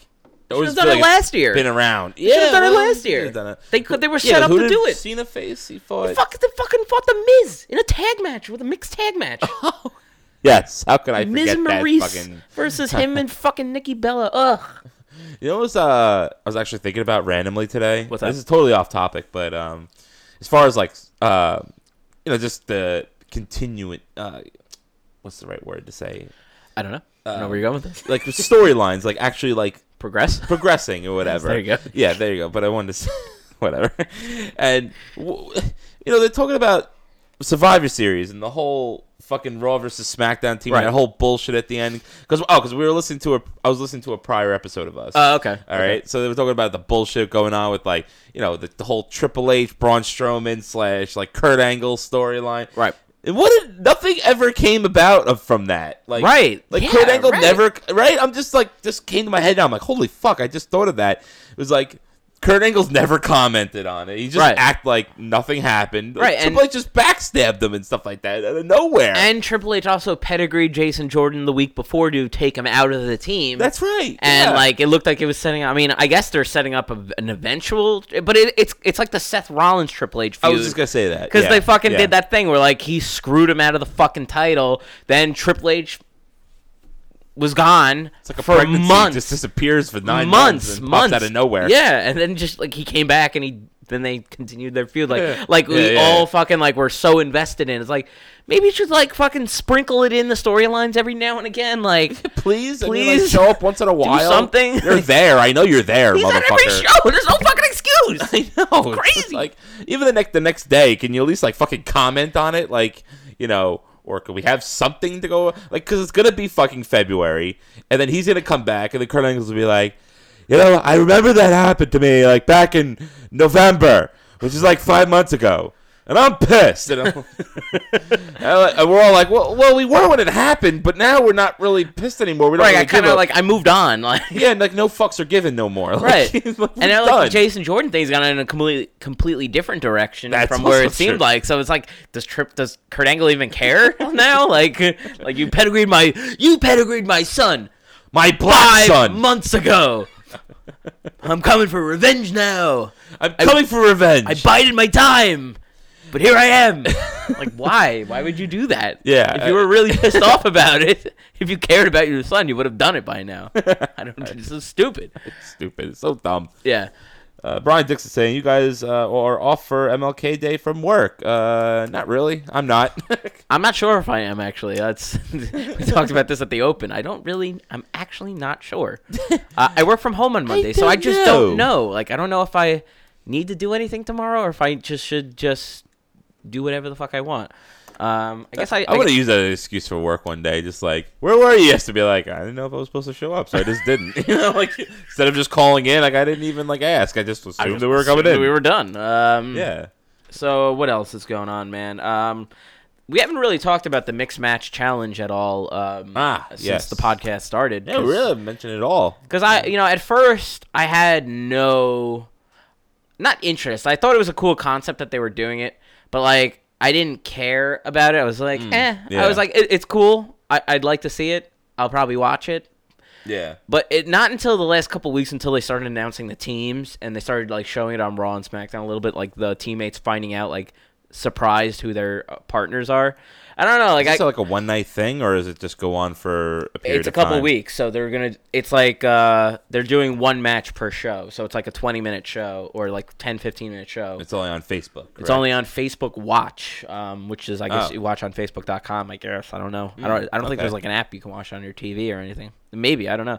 S3: always
S2: done
S3: been
S2: it
S3: like it's
S2: last year.
S3: Been around.
S2: They should have done it
S3: well,
S2: last
S3: they
S2: year.
S3: should've done it.
S2: They could. They were
S3: Yeah,
S2: set up
S3: who
S2: to
S3: did
S2: do it.
S3: Cena face. He fought.
S2: Fuck, they fucking fought the Miz in a tag match with a mixed tag match.
S3: Yes. How could I
S2: Miz
S3: forget that
S2: Maurice
S3: fucking?
S2: versus him and fucking Nikki Bella. Ugh.
S3: You know, what was, uh, I was actually thinking about randomly today.
S2: What's
S3: This
S2: that?
S3: is totally off topic, but um, as far as like, uh, you know, just the continuing. Uh, what's the right word to say?
S2: I don't know. I
S3: Uh,
S2: don't know where you're going with this.
S3: Like the storylines, like actually, like
S2: Progress.
S3: progressing or whatever.
S2: There you go.
S3: Yeah, there you go. But I wanted to say whatever. And w- you know, they're talking about Survivor Series and the whole fucking Raw versus SmackDown team and
S2: Right.
S3: that whole bullshit at the end. Because oh, because we were listening to a, I was listening to a prior episode of us.
S2: Oh, okay.
S3: All right. So they were talking about the bullshit going on with like you know the, the whole Triple H Braun Strowman slash like Kurt Angle storyline.
S2: Right.
S3: And what did nothing ever came about of, from that? Like
S2: Right.
S3: Like
S2: Yeah,
S3: Kurt Angle
S2: right.
S3: never right. I'm just like just came to my head now. I'm like holy fuck! I just thought of that. It was like. Kurt Angle's never commented on it. He just
S2: Right.
S3: act like nothing happened. Like,
S2: Right, and-
S3: Triple H just backstabbed him and stuff like that out of nowhere.
S2: And Triple H also pedigreed Jason Jordan the week before to take him out of the team.
S3: That's right.
S2: and
S3: yeah.
S2: like it looked like it was setting. I mean, I guess they're setting up a, an eventual, but it, it's it's like the Seth Rollins Triple H feud.
S3: I was just gonna say that
S2: because
S3: Yeah,
S2: they fucking
S3: yeah.
S2: did that thing where like he screwed him out of the fucking title. Then Triple H was gone
S3: It's like a
S2: for
S3: pregnancy
S2: months,
S3: just disappears for nine months,
S2: months,
S3: and
S2: months
S3: pops out of nowhere.
S2: Yeah, and then just like he came back and he then they continued their feud. Like
S3: Yeah.
S2: like we
S3: Yeah, yeah,
S2: all
S3: yeah.
S2: fucking like were so invested in. it. It's like maybe you should like fucking sprinkle it in the storylines every now and again. Like
S3: please, please
S2: Please.
S3: show up once in a while.
S2: something.
S3: You're there. I know you're there,
S2: he's on
S3: motherfucker.
S2: every show. There's no fucking excuse.
S3: I know. It's just
S2: Crazy.
S3: Like even the next the next day, can you at least like fucking comment on it? Like you know, or could we have something to go like? Because it's gonna be fucking February, and then he's gonna come back, and the Kurt Angle's will be like, you know, I remember that happened to me like back in November, which is like five months ago. And I'm pissed. And, I'm, and we're all like, well, well, we were when it happened, but now we're not really pissed anymore. We don't
S2: Right,
S3: really
S2: I kind
S3: give
S2: of
S3: a-
S2: like I moved on, like
S3: yeah, and, like no fucks are given no more. Like,
S2: right.
S3: it's like,
S2: and now
S3: done.
S2: like the Jason Jordan thing's gone in a completely completely different direction
S3: That's
S2: from where
S3: also
S2: it seemed
S3: true.
S2: like. So it's like does Trip does Kurt Angle even care now? Like like you pedigreed my you pedigreed my son
S3: my black
S2: five
S3: son.
S2: months ago. I'm coming for revenge now.
S3: I'm coming for revenge.
S2: I bided my time, but here I am. like, why? Why would you do that?
S3: Yeah,
S2: If you
S3: I-
S2: were really pissed off about it, if you cared about your son, you would have done it by now. I don't. This is stupid.
S3: Stupid. It's so dumb.
S2: Yeah.
S3: Uh, Brian Dixon saying you guys uh, are off for MLK Day from work. Uh, not really. I'm not.
S2: I'm not sure if I am actually. That's we talked about this at the open. I don't really. I'm actually not sure. Uh, I work from home on Monday, so I
S3: don't
S2: just don't know.
S3: know.
S2: Like, I don't know if I need to do anything tomorrow or if I just should just do whatever the fuck I want. Um, I guess I.
S3: I want to use that as an excuse for work one day. Just like, where were you? Just to be like, I didn't know if I was supposed to show up, so I just didn't. you know, like instead of just calling in, like I didn't even like ask. I just assumed that we were coming in.
S2: We were done. Um,
S3: yeah.
S2: So what else is going on, man? Um, we haven't really talked about the mixed match challenge at all. Um,
S3: Ah,
S2: since
S3: yes.
S2: the podcast started.
S3: Yeah, we really haven't mentioned it at all.
S2: Because I, you know, at first I had no, not interest. I thought it was a cool concept that they were doing it, but like I didn't care about it. I was like, eh.
S3: yeah.
S2: I was like, it, it's cool. I, I'd like to see it. I'll probably watch it.
S3: Yeah.
S2: But it not until the last couple weeks until they started announcing the teams and they started like showing it on Raw and SmackDown a little bit, like the teammates finding out like surprised who their uh, partners are. I don't know, like
S3: Is
S2: I,
S3: it like a one night thing, or does it just go on for a period
S2: it's a
S3: of
S2: couple
S3: time?
S2: weeks, so they're gonna. It's like uh, they're doing one match per show, so it's like a twenty minute show or like 10, 15 minute show.
S3: It's only on Facebook.
S2: It's only on Facebook Watch, um, which is I guess
S3: Oh. Mm.
S2: you watch on Facebook.com. I guess I don't know. I don't. I don't think
S3: okay.
S2: there's like an app you can watch on your TV or anything. Maybe I don't know.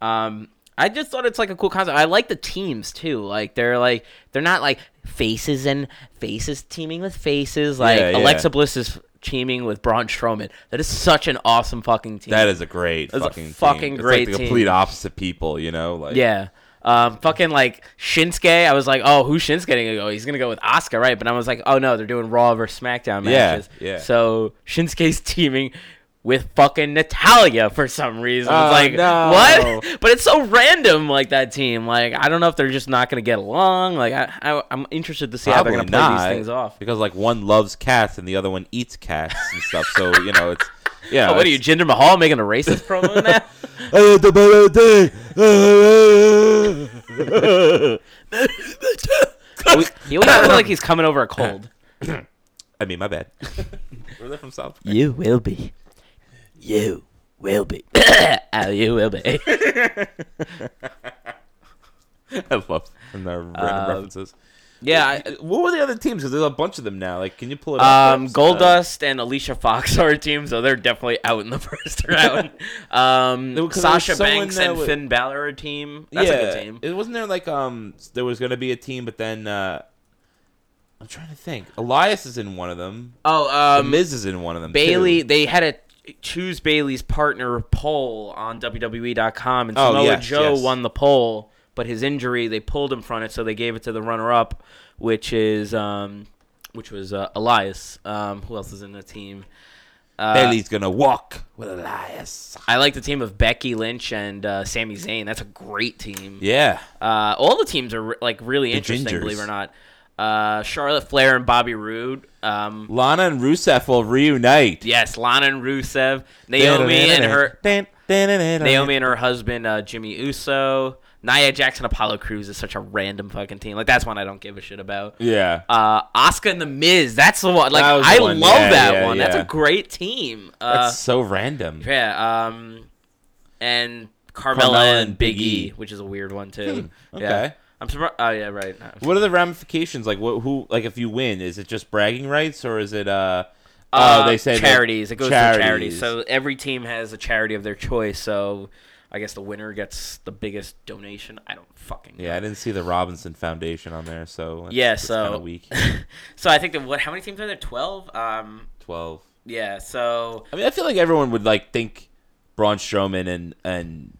S2: Um, I just thought it's like a cool concept. I like the teams too. Like they're like they're not like faces and faces teaming with faces. Like
S3: Yeah, yeah.
S2: Alexa Bliss is teaming with Braun Strowman. That is such an awesome fucking team.
S3: That is a great
S2: That's a
S3: fucking team.
S2: fucking great
S3: It's like the
S2: team.
S3: complete opposite people, you know. Like
S2: Yeah. Um, fucking like Shinsuke, I was like, oh, who's Shinsuke gonna go? He's gonna go with Asuka, right? But I was like, oh no, they're doing Raw versus SmackDown
S3: Yeah,
S2: matches.
S3: yeah.
S2: So Shinsuke's teaming with fucking Natalia for some reason.
S3: Oh,
S2: it's like
S3: no.
S2: what? But it's so random, like that team. Like I don't know if they're just not gonna get along. Like I, I I'm interested to see
S3: probably
S2: how they're gonna play
S3: not
S2: these things off.
S3: because like one loves cats and the other one eats cats and stuff. So you know it's yeah.
S2: Oh, what are you, Jinder Mahal, making a racist promo in that? He- he always looks like he's coming over a cold.
S3: I mean, my bad. Were they from South? Park?
S2: You will be. You will be. oh, you will be.
S3: I love and their random references.
S2: yeah. I-
S3: What were the other teams? Because there's a bunch of them now. Like, can you pull it? up
S2: Um,
S3: for us? Uh,
S2: Goldust and Alicia Fox are a team, so they're definitely out in the first round.
S3: No,
S2: Um,
S3: 'cause there was
S2: Sasha
S3: someone
S2: Banks
S3: that
S2: and
S3: wa-
S2: Finn Balor are a team. That's a good team.
S3: It wasn't there like um there was gonna be a team, but then uh I'm trying to think. Elias is in one of them.
S2: Oh,
S3: The
S2: um,
S3: Miz is in one of them.
S2: Bailey.
S3: too.
S2: They had a choose Bailey's partner poll on WWE.com, and
S3: Oh,
S2: Samoa
S3: yes,
S2: Joe
S3: yes.
S2: won the poll, but his injury they pulled him from it, so they gave it to the runner-up, which is um, which was uh, Elias. Um, who else is in the team? uh,
S3: Bailey's gonna walk with Elias.
S2: I like the team of Becky Lynch and uh, Sami Zayn. That's a great team.
S3: Yeah.
S2: Uh, all the teams are re- like really interesting,
S3: Gingers.
S2: believe it or not. Uh, Charlotte Flair and Bobby Roode. Um,
S3: Lana and Rusev will reunite.
S2: yes, Lana and Rusev, Naomi and her Naomi
S3: Naomi.
S2: and her husband uh, Jimmy Uso, Nia Jackson, Apollo Cruz is such a random fucking team. Like that's one I don't give a shit about.
S3: Yeah.
S2: Uh, Oscar and the Miz. That's the one. Like
S3: That was the
S2: I
S3: one.
S2: love
S3: Yeah,
S2: that
S3: yeah,
S2: one. That's
S3: yeah.
S2: a great team. Uh,
S3: That's so random.
S2: yeah. Um, and Carmella,
S3: Carmella
S2: and
S3: and
S2: Big
S3: Big
S2: E,
S3: E. Hmm,
S2: which is a weird one too.
S3: okay.
S2: Yeah. I'm surprised. Oh yeah, right.
S3: What are the ramifications? Like, what? Who? Like, if you win, is it just bragging rights, or is it? uh
S2: uh,
S3: Oh, they say that-
S2: charities. It goes to charities. So every team has a charity of their choice. So I guess the winner gets the biggest donation. I don't fucking. know.
S3: yeah, I didn't see the Robinson Foundation on there, so that's-
S2: Yeah,
S3: that's kinda
S2: so-
S3: weak.
S2: So I think that what? How many teams are there? Twelve. Um.
S3: Twelve.
S2: Yeah, so
S3: I mean, I feel like everyone would like think Braun Strowman and and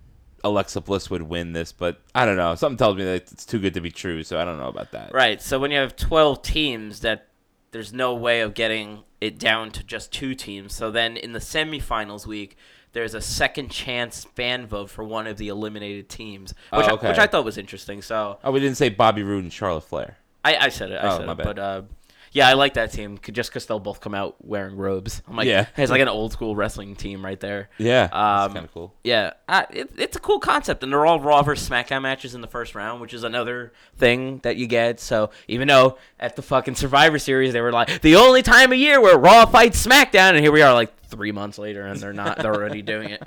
S3: Alexa Bliss would win this, but I don't know. Something tells me that it's too good to be true, so I don't know about that.
S2: right, so when you have twelve teams, that there's no way of getting it down to just two teams. So then in the semifinals week, there's a second chance fan vote for one of the eliminated teams,
S3: Oh,
S2: which
S3: okay.
S2: I, which I thought was interesting. So
S3: Oh, we didn't say Bobby Roode and Charlotte Flair.
S2: I, I said it, I
S3: Oh,
S2: said
S3: my
S2: it,
S3: bad.
S2: but uh, yeah, I like that team c- just because they'll both come out wearing robes. I'm like,
S3: Yeah.
S2: yeah, it's like an old school wrestling team right there.
S3: Yeah,
S2: Um,
S3: that's kind of cool.
S2: Yeah, I, it, it's a cool concept, and they're all Raw versus SmackDown matches in the first round, which is another thing that you get. So even though at the fucking Survivor Series they were like the only time of year where Raw fights SmackDown, and here we are like three months later, and they're not they're already doing it.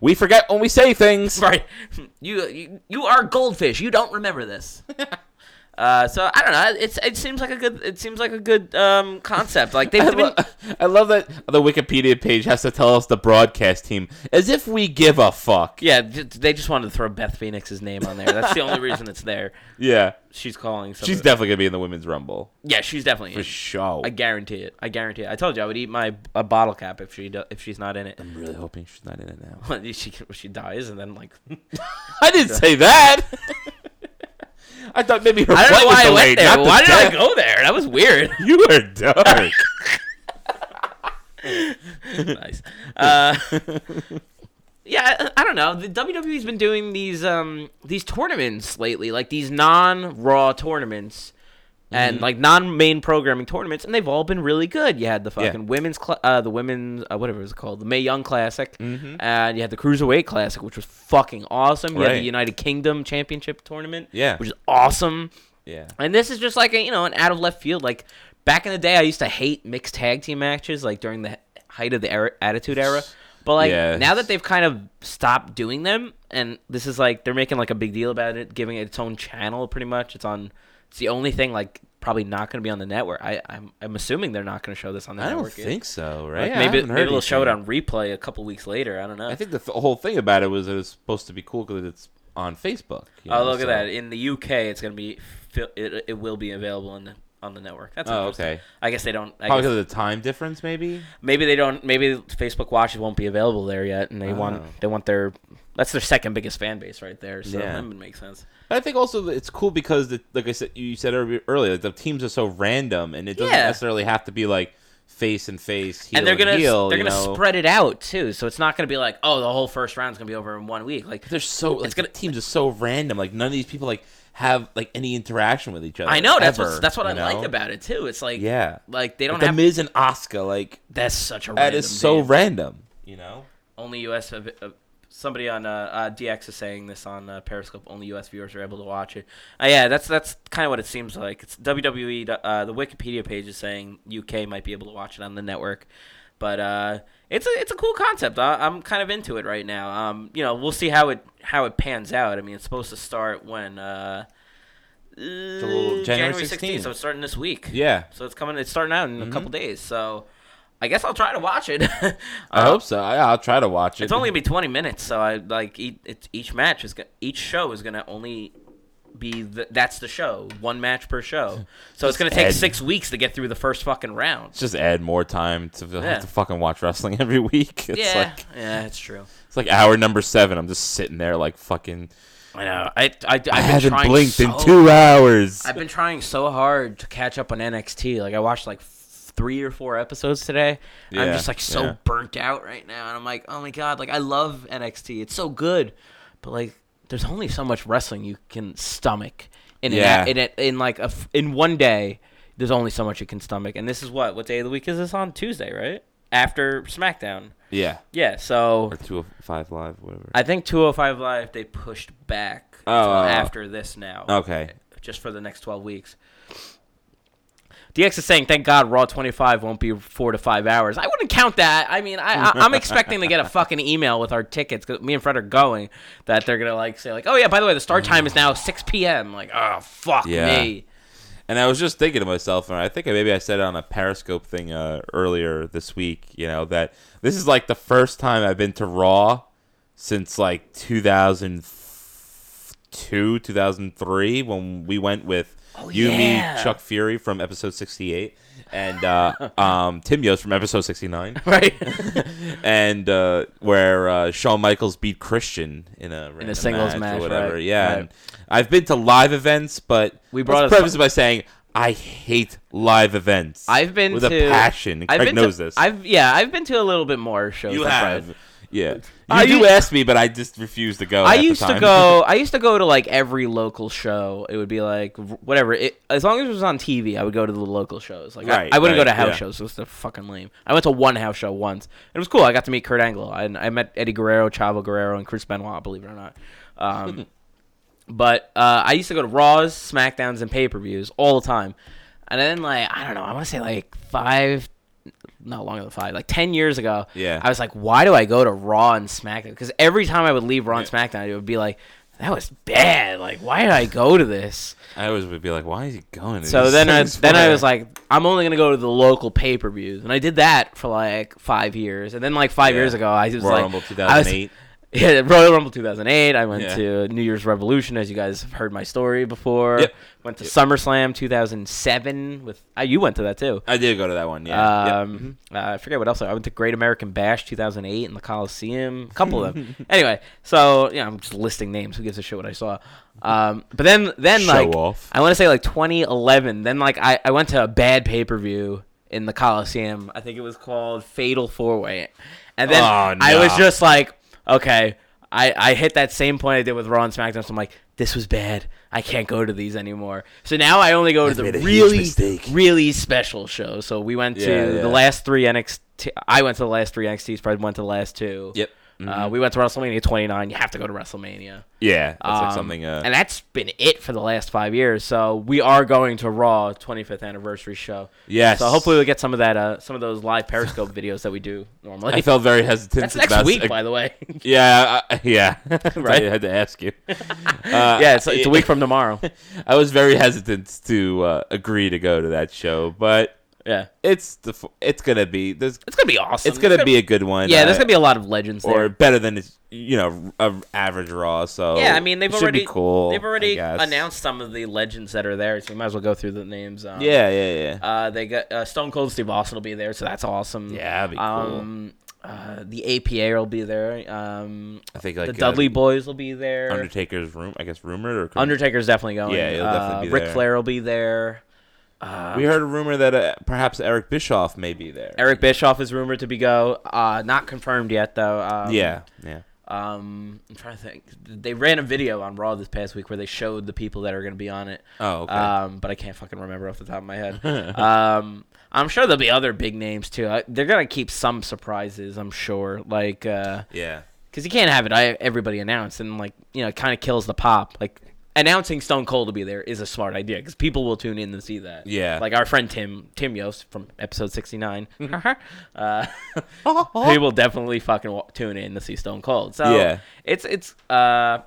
S3: We forget when we say things.
S2: Right, you you, you are goldfish. You don't remember this. Uh, so I don't know. It's it seems like a good it seems like a good um concept. Like they've
S3: I,
S2: been
S3: lo- I love that the Wikipedia page has to tell us the broadcast team as if we give a fuck.
S2: yeah j- they just wanted to throw Beth Phoenix's name on there. That's the only reason it's there.
S3: Yeah.
S2: She's calling. some
S3: She's
S2: of the-
S3: definitely going to be in the Women's Rumble.
S2: yeah. She's definitely
S3: For
S2: in.
S3: sure.
S2: I guarantee it. I guarantee it. I told you I would eat my a bottle cap if she do, if she's not in it.
S3: I'm really hoping she's not in it now.
S2: she she dies and then like
S3: I didn't say that. I thought maybe her
S2: I don't
S3: flight
S2: know
S3: was
S2: why I
S3: delayed,
S2: went there.
S3: not the
S2: Why did I
S3: death.
S2: go there? That was weird.
S3: You are dark.
S2: nice. Uh, yeah, I, I don't know. The WWE's been doing these um these tournaments lately, like these non-Raw tournaments.
S3: Mm-hmm.
S2: And like non-main programming tournaments, and they've all been really good. You had the fucking women's, cl- uh, the women's, uh, whatever it was called, the May Young Classic,
S3: Mm-hmm.
S2: and you had the Cruiserweight Classic, which was fucking awesome. You had
S3: Right.
S2: the United Kingdom Championship Tournament,
S3: Yeah.
S2: which is awesome.
S3: yeah.
S2: And this is just like a, you know an out of left field. Like back in the day, I used to hate mixed tag team matches, like during the height of the era, Attitude Era. But like
S3: Yeah.
S2: now that they've kind of stopped doing them, and this is like they're making like a big deal about it, giving it its own channel. Pretty much, it's on. It's the only thing like probably not going to be on the network. I I'm, I'm assuming they're not going to show this on the
S3: I don't
S2: network. yet.
S3: think so, right?
S2: Like,
S3: I
S2: maybe
S3: haven't
S2: maybe
S3: heard
S2: they'll show it
S3: anything.
S2: on replay a couple weeks later. I don't know.
S3: I think the th- whole thing about it was that it's supposed to be cool because it's on Facebook. you
S2: oh
S3: know,
S2: look
S3: so-
S2: at that! In the UK, it's going to be fi- it, it will be available on the on the network. That's
S3: Oh,
S2: interesting.
S3: okay.
S2: I guess they don't. I
S3: Probably
S2: guess-
S3: because of the time difference, maybe.
S2: Maybe they don't. Maybe Facebook watches won't be available there yet, and they
S3: Oh.
S2: want they want their that's their second biggest fan base right there. So
S3: Yeah.
S2: that would make sense.
S3: I think also that it's cool because, the, like I said, you said earlier, earlier, the teams are so random, and it doesn't
S2: Yeah.
S3: necessarily have to be like face and face, heel
S2: and they're gonna
S3: heel.
S2: they're
S3: you
S2: gonna
S3: know?
S2: spread it out too. So it's not gonna be like oh the whole first round's gonna be over in one week. Like
S3: They're so like
S2: It's gonna-
S3: the teams are so random. Like none of these people like have like any interaction with each other.
S2: I know that's what's,
S3: ever,
S2: that's what I
S3: you know?
S2: like about it too. It's like
S3: Yeah.
S2: like they
S3: Like,
S2: don't
S3: the
S2: have
S3: Miz and Oscar. Like
S2: that's such a
S3: that
S2: random
S3: is so
S2: band.
S3: random. You know.
S2: only U.S. Of, of, somebody on uh, uh, DX is saying this on uh, Periscope. Only U.S. viewers are able to watch it. Uh, yeah, that's that's kind of what it seems like. It's WWE. Uh, the Wikipedia page is saying UK might be able to watch it on the network, but uh, it's a it's a cool concept. I, I'm kind of into it right now. Um, you know, we'll see how it how it pans out. I mean, it's supposed to start when. Uh,
S3: January
S2: January,
S3: 16th.
S2: so it's starting this week.
S3: Yeah. Mm-hmm.
S2: So it's coming. It's starting out in a couple days. So, I guess I'll try to watch it.
S3: I hope so. I, I'll try to watch it.
S2: It's only gonna be twenty minutes, so I like each, it's, each match is gonna, each show is gonna only be the, that's the show one match per show. So it's gonna take
S3: add-
S2: six weeks to get through the first fucking round.
S3: just add more time to
S2: Yeah.
S3: have to fucking watch wrestling every week. It's
S2: yeah,
S3: like
S2: yeah, it's true.
S3: it's like hour number seven. I'm just sitting there like fucking.
S2: I know. I I, I've been
S3: I haven't
S2: trying
S3: blinked
S2: so,
S3: in two hours.
S2: I've been trying so hard to catch up on NXT. Like I watched like f- three or four episodes today. I'm
S3: Yeah,
S2: just like so
S3: yeah.
S2: burnt out right now, and I'm like, oh my god, like I love NXT. It's so good, but like there's only so much wrestling you can stomach in
S3: Yeah.
S2: an, in, a, in like a f- in one day. There's only so much you can stomach, and this is what what day of the week is this on Tuesday, right? After SmackDown.
S3: yeah.
S2: Yeah, so
S3: Or two five live, whatever.
S2: I think 205 Live they pushed back
S3: Oh,
S2: until
S3: oh, oh.
S2: after this now
S3: okay.
S2: just for the next 12 weeks. DX is saying, thank God Raw 25 won't be four to five hours. I wouldn't count that. I mean, I, I, I'm expecting to get a fucking email with our tickets, 'cause me and Fred are going, that they're going to like say, like, oh, yeah, by the way, the start time is now 6 p.m. Like, oh, fuck
S3: Yeah.
S2: me.
S3: And I was just thinking to myself, and I think maybe I said it on a Periscope thing uh, earlier this week, you know, that this is like the first time I've been to Raw since like 2002, 2003, when we went with you,
S2: yeah.
S3: me, Chuck Fury from episode 68, and uh, um, Tim Yost from episode 69,
S2: Right.
S3: and uh, where uh, Shawn Michaels beat Christian in a random
S2: singles match,
S3: or whatever.
S2: right,
S3: Yeah,
S2: right.
S3: and I've been to live events, but
S2: We brought
S3: let's
S2: a-
S3: preface it by saying I hate live events.
S2: I've been
S3: with
S2: to
S3: a passion. and
S2: I've
S3: Craig
S2: been
S3: knows
S2: to,
S3: this.
S2: I've yeah, I've been to a little bit more shows.
S3: you
S2: than
S3: have.
S2: Fred.
S3: Yeah, you
S2: Uh, I
S3: do
S2: u-
S3: ask me, but I just refuse to go.
S2: I
S3: half the
S2: used to
S3: time.
S2: go. I used to go to like every local show. It would be like whatever. It, as long as it was on TV, I would go to the local shows. Like I-
S3: Right,
S2: I, wouldn't go
S3: right,
S2: to house
S3: yeah.
S2: shows. It was so fucking lame. I went to one house show once. It was cool. I got to meet Kurt Angle and I met Eddie Guerrero, Chavo Guerrero, and Chris Benoit. Believe it or not. Um, but uh, I used to go to Raws, Smackdowns, and pay per views all the time. And then like I don't know. I want to say like five. Not longer than five, like ten years ago.
S3: Yeah.
S2: I was like, why do I go to Raw and SmackDown? Because every time I would leave Raw and SmackDown, it would be like, that was bad. Like, why did I go to this?
S3: I always would be like, "Why is he going?" to
S2: So
S3: these
S2: then I
S3: things
S2: then I
S3: for?"
S2: was like, I'm only gonna go to the local pay per views, and I did that for like five years, and then like five
S3: Yeah.
S2: years ago, I was
S3: Royal
S2: like,
S3: Rumble
S2: I was-
S3: 2008.
S2: yeah, Royal Rumble 2008. I went
S3: Yeah.
S2: to New Year's Revolution, as you guys have heard my story before.
S3: Yep.
S2: Went to SummerSlam 2007 with uh, you went to that too.
S3: I did go to that one. Yeah, Yep. Mm-hmm.
S2: Um, uh, I forget what else. I went to Great American Bash 2008 in the Coliseum. A couple of them. Anyway, so yeah, I'm just listing names. Who gives a shit what I saw? Um, but then, then
S3: Show
S2: like
S3: off.
S2: I want to say like 2011. Then like I, I went to a bad pay per view in the Coliseum. I think it was called Fatal Four Way, and then
S3: Oh,
S2: I was
S3: no.
S2: just like, okay, I I hit that same point I did with Raw and SmackDown. So I'm like, this was bad. I can't go to these anymore. So now I only go to
S3: made
S2: the
S3: a huge
S2: really
S3: mistake.
S2: really special show. So we went to
S3: Yeah, yeah.
S2: the last three NXT. I went to the last three NXTs. Fred went to the last two.
S3: Yep. Mm-hmm.
S2: Uh, we went to WrestleMania 29. You have to go to WrestleMania.
S3: Yeah, that's like
S2: Um,
S3: something. Uh,
S2: and that's been it for the last five years. So we are going to Raw 25th anniversary show.
S3: Yes.
S2: So hopefully we'll get some of that, uh, some of those live Periscope videos that we do normally.
S3: I felt very hesitant.
S2: that's next
S3: about-
S2: week, by the way.
S3: Yeah, I, yeah. right.
S2: Right?
S3: I had to ask you. Uh,
S2: yeah, it's, it's a week from tomorrow.
S3: I was very hesitant to uh, agree to go to that show, but
S2: Yeah,
S3: it's the f- it's gonna be there's
S2: it's gonna be awesome.
S3: it's gonna be a good one.
S2: yeah.
S3: uh,
S2: There's gonna be a lot of legends
S3: or
S2: there.
S3: better than it's you know a average Raw. So
S2: Yeah, I mean they've
S3: it should
S2: already
S3: be cool.
S2: they've
S3: I
S2: already
S3: guess.
S2: announced some of the legends that are there, so we might as well go through the names. Um,
S3: Yeah, yeah, yeah.
S2: Uh, they got uh, Stone Cold Steve Austin will be there, so that's awesome.
S3: Yeah, that'd be cool.
S2: Um, uh, the APA will be there. Um,
S3: I think like
S2: the
S3: uh,
S2: Dudley Boys will be there.
S3: Undertaker's room. I guess rumored or confirmed?
S2: Undertaker's definitely going.
S3: Yeah, he'll
S2: uh,
S3: definitely be
S2: Ric
S3: there.
S2: Flair will be there.
S3: We heard a rumor that uh, perhaps Eric Bischoff may be there.
S2: Eric Bischoff is rumored to be go. Uh, not confirmed yet though. Um,
S3: Yeah, yeah.
S2: Um, I'm trying to think. They ran a video on Raw this past week where they showed the people that are going to be on it.
S3: Oh, okay.
S2: Um, but I can't fucking remember off the top of my head. um, I'm sure there'll be other big names too. I, they're gonna keep some surprises. I'm sure. Like, uh
S3: Yeah.
S2: 'cause you can't have it. I, everybody announced and like you know, it kind of kills the pop. Like announcing Stone Cold to be there is a smart idea because people will tune in to see that.
S3: Yeah.
S2: Like our friend Tim Tim Yost from episode 69. uh, he will definitely fucking wa- tune in to see Stone Cold. So
S3: Yeah.
S2: it's it's uh.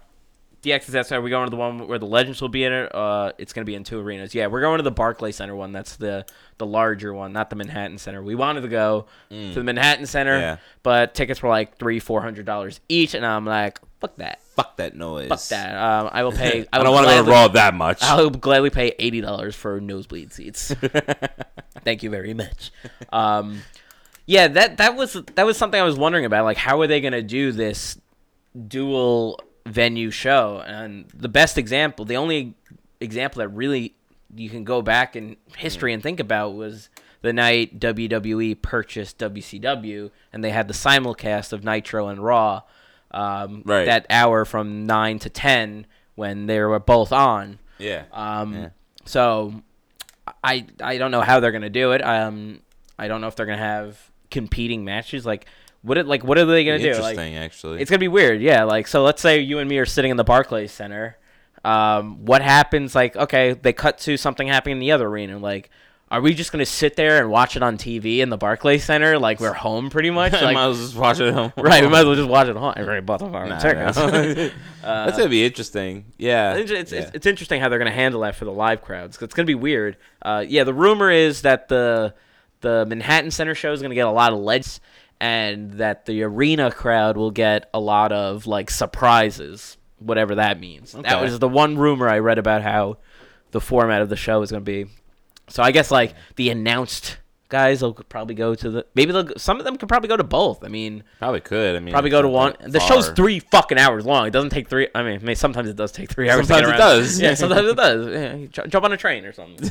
S2: DX is outside. We're going to the one where the legends will be in it. Uh, it's going to be in two arenas. Yeah, we're going to the Barclay Center one. That's the the larger one, not the Manhattan Center. We wanted to go to the Manhattan Center,
S3: Mm. Yeah.
S2: but tickets were like three, four hundred dollars each, and I'm like, fuck that,
S3: Fuck that noise.
S2: fuck that. Um, I will pay.
S3: I
S2: will
S3: don't want to go to
S2: gladly-
S3: Raw that much.
S2: I'll gladly pay eighty dollars for nosebleed seats. Thank you very much. Um, yeah, that that was that was something I was wondering about. Like, how are they gonna do this dual venue show? And the best example, the only example that really you can go back in history and think about was the night WWE purchased WCW, and they had the simulcast of Nitro and Raw. Um,
S3: Right.
S2: That hour from nine to ten when they were both on.
S3: yeah.
S2: Um,
S3: Yeah.
S2: So I I don't know how they're gonna do it. Um, I don't know if they're gonna have competing matches. Like what it like what are they gonna do?
S3: Interesting,
S2: Like,
S3: actually.
S2: it's gonna be weird. Yeah. Like so, let's say you and me are sitting in the Barclays Center. Um, what happens? Like okay, they cut to something happening in the other arena. Like. Are we just gonna sit there and watch it on TV in the Barclays Center like we're home pretty much?
S3: I
S2: Like,
S3: might as well just watch it at home.
S2: right, we might as well just watch it home. Everybody bought the
S3: Nah,
S2: fucking
S3: no.
S2: tickets.
S3: That's gonna be interesting. Yeah.
S2: It's, Uh, it's,
S3: yeah.
S2: it's, it's interesting how they're going to handle that for the live crowds. 'cause It's going to be weird. Uh, yeah, the rumor is that the the Manhattan Center show is going to get a lot of legs, and that the arena crowd will get a lot of like surprises, whatever that means.
S3: Okay.
S2: That was the one rumor I read about how the format of the show is going to be. So I guess like the announced guys will probably go to the maybe they'll some of them could probably go to both. I mean,
S3: Probably could. I mean,
S2: probably go to
S3: it's
S2: one.
S3: not that
S2: The show's
S3: far.
S2: three fucking hours long. It doesn't take three. I mean, may- sometimes it does take three hours. to get
S3: Sometimes it
S2: around.
S3: does.
S2: Yeah, sometimes it does. Yeah, you ju- jump on a train or something.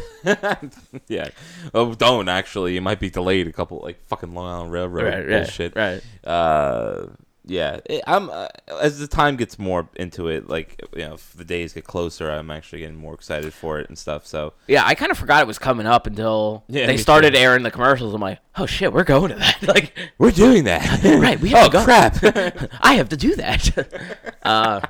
S3: yeah. Oh, don't actually. You might be delayed a couple like fucking Long Island Railroad
S2: right, right,
S3: bullshit.
S2: right.
S3: Uh, yeah. It- I'm uh, as the time gets more into it, like you know, if the days get closer, I'm actually getting more excited for it and stuff. So
S2: Yeah, I kind of forgot it was coming up until
S3: Yeah,
S2: they
S3: me
S2: started airing the commercials. I'm like, oh shit, we're going to that. like,
S3: we're doing that,
S2: right, we have to
S3: oh
S2: go.
S3: crap! At
S2: I have to do that. uh,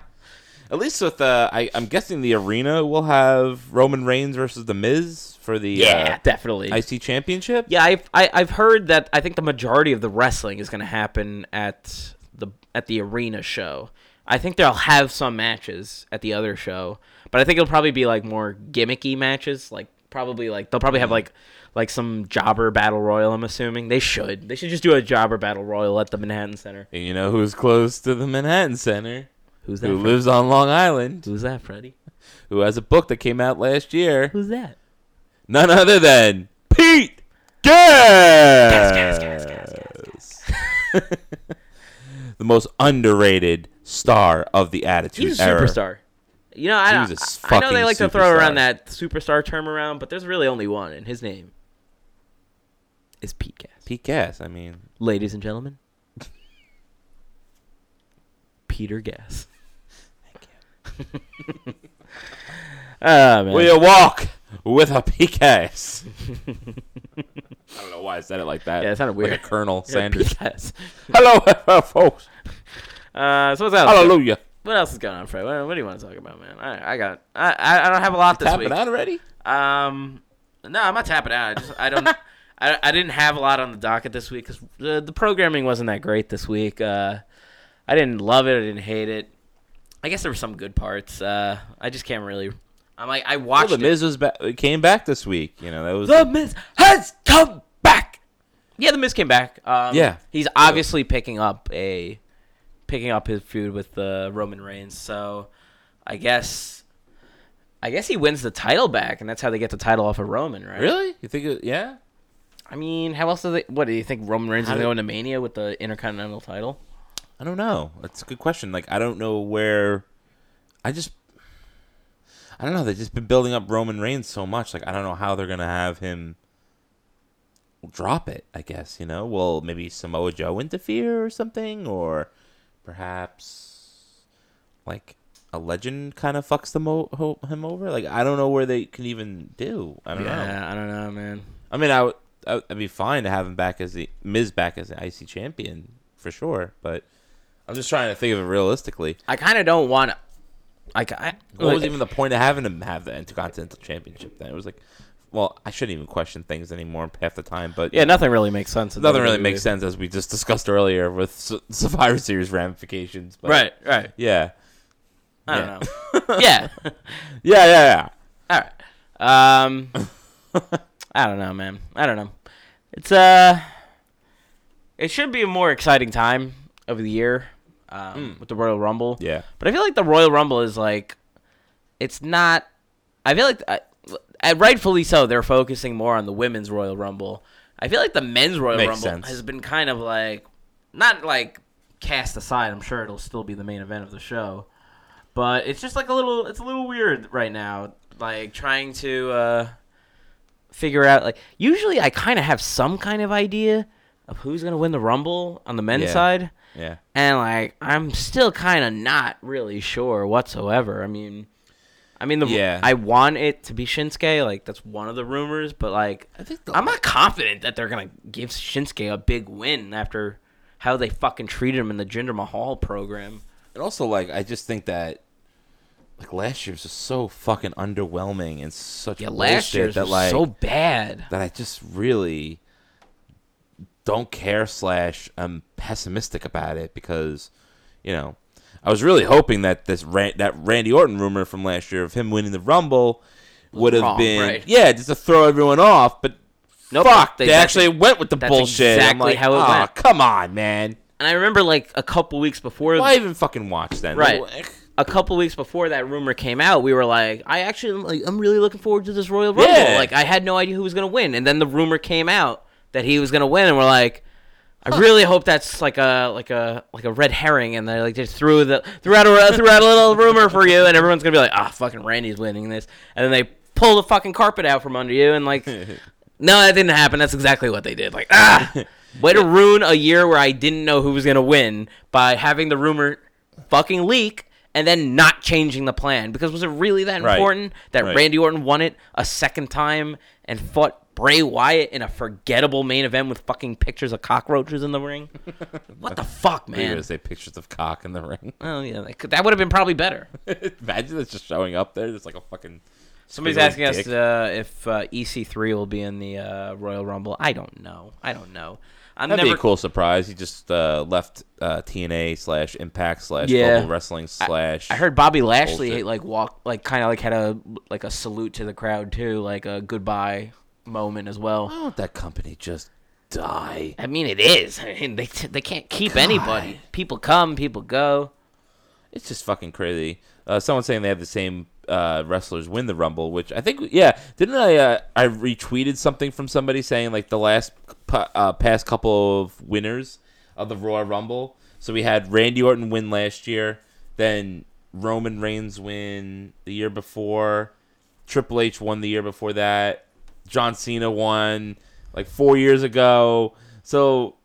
S3: least with uh, I, I'm guessing the arena will have Roman Reigns versus the Miz for the
S2: yeah,
S3: uh,
S2: definitely.
S3: IC Championship.
S2: yeah, I've I, I've heard that. I think the majority of the wrestling is going to happen at the at the arena show. I think they'll have some matches at the other show, but I think it'll probably be like more gimmicky matches. Like probably like they'll probably have like like some jobber battle royal. I'm assuming they should. They should just do a jobber battle royal at the Manhattan Center.
S3: And you know who's close to the Manhattan Center?
S2: Who's that?
S3: Who
S2: from?
S3: lives on Long Island?
S2: Who's that, Freddie?
S3: Who has a book that came out last year?
S2: Who's that?
S3: None other than Pete Gas. the most underrated star of the Attitude
S2: He's a
S3: Era.
S2: superstar. You know, I,
S3: Jesus
S2: I, I know they
S3: fucking
S2: like to throw
S3: superstar.
S2: around that superstar term around, but there's really only one, and his name is Pete Gas.
S3: Pete Gas. I mean,
S2: Ladies and gentlemen, Peter Gas. Thank you. oh, man.
S3: will you walk with a Pete Gas? I don't know why I said it like that.
S2: Yeah, it sounded
S3: Like
S2: weird.
S3: a Colonel
S2: Yeah,
S3: Sanders.
S2: Pete Gas.
S3: Hello, folks.
S2: Uh, so what's else?
S3: Hallelujah.
S2: What else is going on, Fred? What, what do you want to talk about, man? I, I got. I- I, I don't have a lot this week.
S3: Tapping out already?
S2: Um, no, I'm not tapping out. I just I don't. I, I didn't have a lot on the docket this week because the, the programming wasn't that great this week. Uh, I didn't love it. I didn't hate it. I guess there were some good parts. Uh, I just can't really. I'm like I
S3: Well,
S2: watched
S3: the Miz was ba- came back this week. You know that was
S2: It. The Miz has come back. Yeah, the Miz came back. Um,
S3: Yeah.
S2: he's obviously picking up a picking up his feud with uh, Roman Reigns. So I guess I guess he wins the title back, and that's how they get the title off of Roman, right?
S3: really. You think? It, yeah.
S2: I mean, how else do they? What do you think? Roman Reigns is
S3: How
S2: going
S3: do-
S2: to go into Mania with the Intercontinental title?
S3: I don't know. That's a good question. Like I don't know where. I just. I don't know. They've just been building up Roman Reigns so much. Like I don't know how they're gonna have him. Drop it. I guess you know. Will maybe Samoa Joe interfere or something, or perhaps like a legend kind of fucks them o- ho- him over. Like I don't know where they can even do. I don't know.
S2: Yeah, I don't know, man.
S3: I mean, I would, I would- I'd be fine to have him back as the Miz back as the IC champion for sure, but I'm just trying to think of it realistically.
S2: I kind of don't want to. Like, I
S3: What was
S2: like,
S3: even the point of having him have the Intercontinental Championship then? It was like, well, I shouldn't even question things anymore half the time, but
S2: yeah, nothing really makes sense. in E.
S3: nothing really
S2: WWE.
S3: makes sense as we just discussed earlier with Su- Survivor Series ramifications. But
S2: Right, right.
S3: Yeah.
S2: I
S3: Yeah.
S2: don't know. yeah.
S3: Yeah, yeah, yeah.
S2: All right. Um, I don't know, man. I don't know. It's uh, it should be a more exciting time of the year um, with the Royal Rumble.
S3: Hmm. Yeah.
S2: But I feel like the Royal Rumble is like, it's not. I feel like, I, and rightfully so, they're focusing more on the women's Royal Rumble. I feel like the men's Royal
S3: Makes
S2: Rumble
S3: sense.
S2: has been kind of like, not like cast aside. I'm sure it'll still be the main event of the show, but it's just like a little. It's a little weird right now, like trying to uh, figure out. Like usually, I kind of have some kind of idea of who's gonna win the Rumble on the men's
S3: Yeah.
S2: side
S3: Yeah.
S2: and like I'm still kind of not really sure whatsoever. I mean, I mean the
S3: Yeah.
S2: I want it to be Shinsuke, like that's one of the rumors, but like I
S3: think
S2: think
S3: the-
S2: I'm not confident that they're gonna give Shinsuke a big win after how they fucking treated him in the Jinder Mahal program.
S3: And also, like, I just think that like last year's was so fucking underwhelming and such
S2: Yeah, last
S3: bullshit
S2: year's
S3: that
S2: was
S3: like
S2: so bad.
S3: that I just really don't care slash I'm pessimistic about it because you know I was really hoping that this Ran- that Randy Orton rumor from last year of him winning the Rumble would have
S2: wrong,
S3: been
S2: right.
S3: yeah just to throw everyone off but
S2: Nope,
S3: fuck they,
S2: they- that's-
S3: actually went with the
S2: that's
S3: bullshit I'm
S2: exactly
S3: like,
S2: how it
S3: "Aw,
S2: went."
S3: come on man
S2: And I remember like a couple weeks before
S3: why even fucking watch then
S2: Right.
S3: Like,
S2: a couple weeks before that rumor came out, we were like, I actually am, like I'm really looking forward to this Royal Rumble.
S3: Yeah.
S2: Like I had no idea who was gonna win, and then the rumor came out that he was gonna win, and we're like. I really hope that's like a like a like a red herring, and they like just threw the threw out a threw out a little rumor for you, and everyone's gonna be like, ah, fucking Randy's winning this, and then they pull the fucking carpet out from under you, and like, no, that didn't happen. That's exactly what they did. Like, ah, way to ruin a year where I didn't know who was gonna win by having the rumor fucking leak and then not changing the plan because was it really that
S3: Right.
S2: important that
S3: Right.
S2: Randy Orton won it a second time and fought Bray Wyatt in a forgettable main event with fucking pictures of cockroaches in the ring? what the fuck,
S3: You're gonna
S2: man?
S3: say pictures of cock in the ring.
S2: Oh yeah, like, that would have been probably better.
S3: Imagine it's just showing up there. It's like a fucking.
S2: Somebody's
S3: big old
S2: asking us
S3: dick.
S2: uh, if uh, EC3 will be in the uh, Royal Rumble. I don't know. I don't know. I'm
S3: That'd
S2: never
S3: be a cool surprise. He just uh, left uh, TNA slash Impact slash
S2: Yeah.
S3: Global Wrestling slash.
S2: I heard Bobby Lashley
S3: Bullshit.
S2: like walk like kind of like had a like a salute to the crowd too, like a goodbye moment as well.
S3: Why don't that company just die?
S2: I mean, it is. I mean, they they can't keep anybody. People come, people go.
S3: It's just fucking crazy. Uh, someone saying they have the same uh, wrestlers win the Rumble, which I think, yeah, didn't I? Uh, I retweeted something from somebody saying like the last pu- uh, past couple of winners of the Royal Rumble. So we had Randy Orton win last year, then Roman Reigns win the year before, Triple H won the year before that, John Cena won like four years ago. So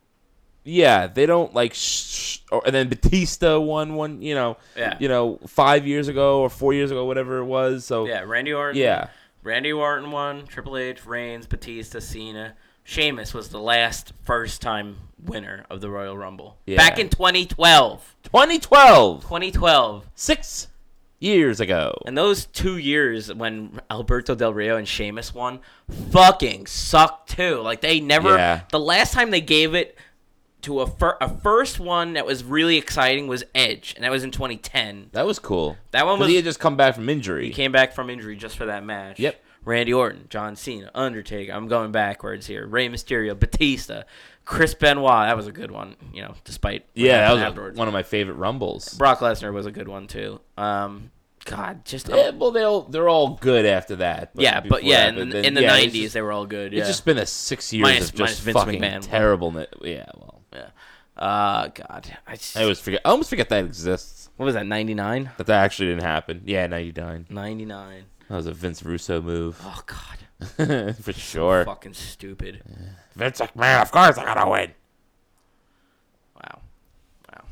S3: yeah, they don't like, sh- sh- or, and then Batista won one, you know,
S2: Yeah.
S3: you know, five years ago or four years ago, whatever it was. So
S2: Yeah, Randy Orton.
S3: Yeah.
S2: Randy Orton won. Triple H, Reigns, Batista, Cena. Sheamus was the last first time winner of the Royal Rumble.
S3: Yeah.
S2: Back in 2012.
S3: 2012,
S2: 2012.
S3: six years ago.
S2: And those two years when Alberto Del Rio and Sheamus won fucking sucked too. Like they never.
S3: Yeah.
S2: The last time they gave it to a, fir- a first one that was really exciting was Edge, and that was in 2010.
S3: That was cool.
S2: That one
S3: 'Cause
S2: was-
S3: he had just come back from injury.
S2: He came back from injury just for that match.
S3: Yep.
S2: Randy Orton, John Cena, Undertaker. I'm going backwards here. Rey Mysterio, Batista, Chris Benoit. That was a good one, you know, despite. what
S3: yeah, that
S2: happened
S3: was
S2: afterwards.
S3: one of my favorite Rumbles.
S2: Brock Lesnar was a good one too. Um, God, just
S3: Yeah, Eh, well, they all they're all good after that. But
S2: yeah,
S3: before
S2: but yeah,
S3: that,
S2: in,
S3: then-
S2: in the
S3: yeah, it's
S2: '90s
S3: just-
S2: they were all good. Yeah.
S3: It's just been a six years
S2: Minus-
S3: of
S2: minus
S3: just
S2: Vince
S3: fucking
S2: McMahon.
S3: terrible. ni- Yeah, well,
S2: Yeah. Uh, God. I, just,
S3: I always forget. I almost forget that exists.
S2: what was that, 99?
S3: That that actually didn't happen. Yeah, now you dying.
S2: 99.
S3: That was a Vince Russo move
S2: Oh, God.
S3: for sure.
S2: Fucking stupid.
S3: Vince McMahon, of course I gotta win.
S2: Wow. Wow.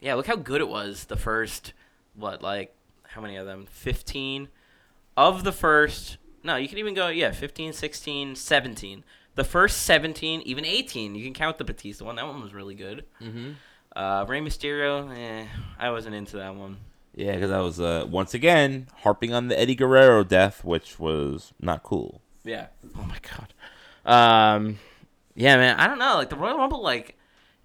S2: Yeah, look how good it was the first, what, like, how many of them? 15? Of the first, no, you can even go, yeah, 15, 16, 17. The first 17, even 18. You can count the Batista one. That one was really good. Mm-hmm. Uh, Rey Mysterio, eh, I wasn't into that one.
S3: Yeah, because I was uh, once again harping on the Eddie Guerrero death, which was not cool.
S2: Yeah. Oh my god. Um, yeah, man. I don't know. Like the Royal Rumble, like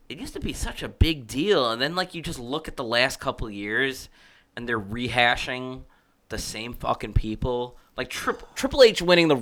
S2: it used to be such a big deal, and then like you just look at the last couple of years, and they're rehashing the same fucking people. Like Trip- Triple H winning the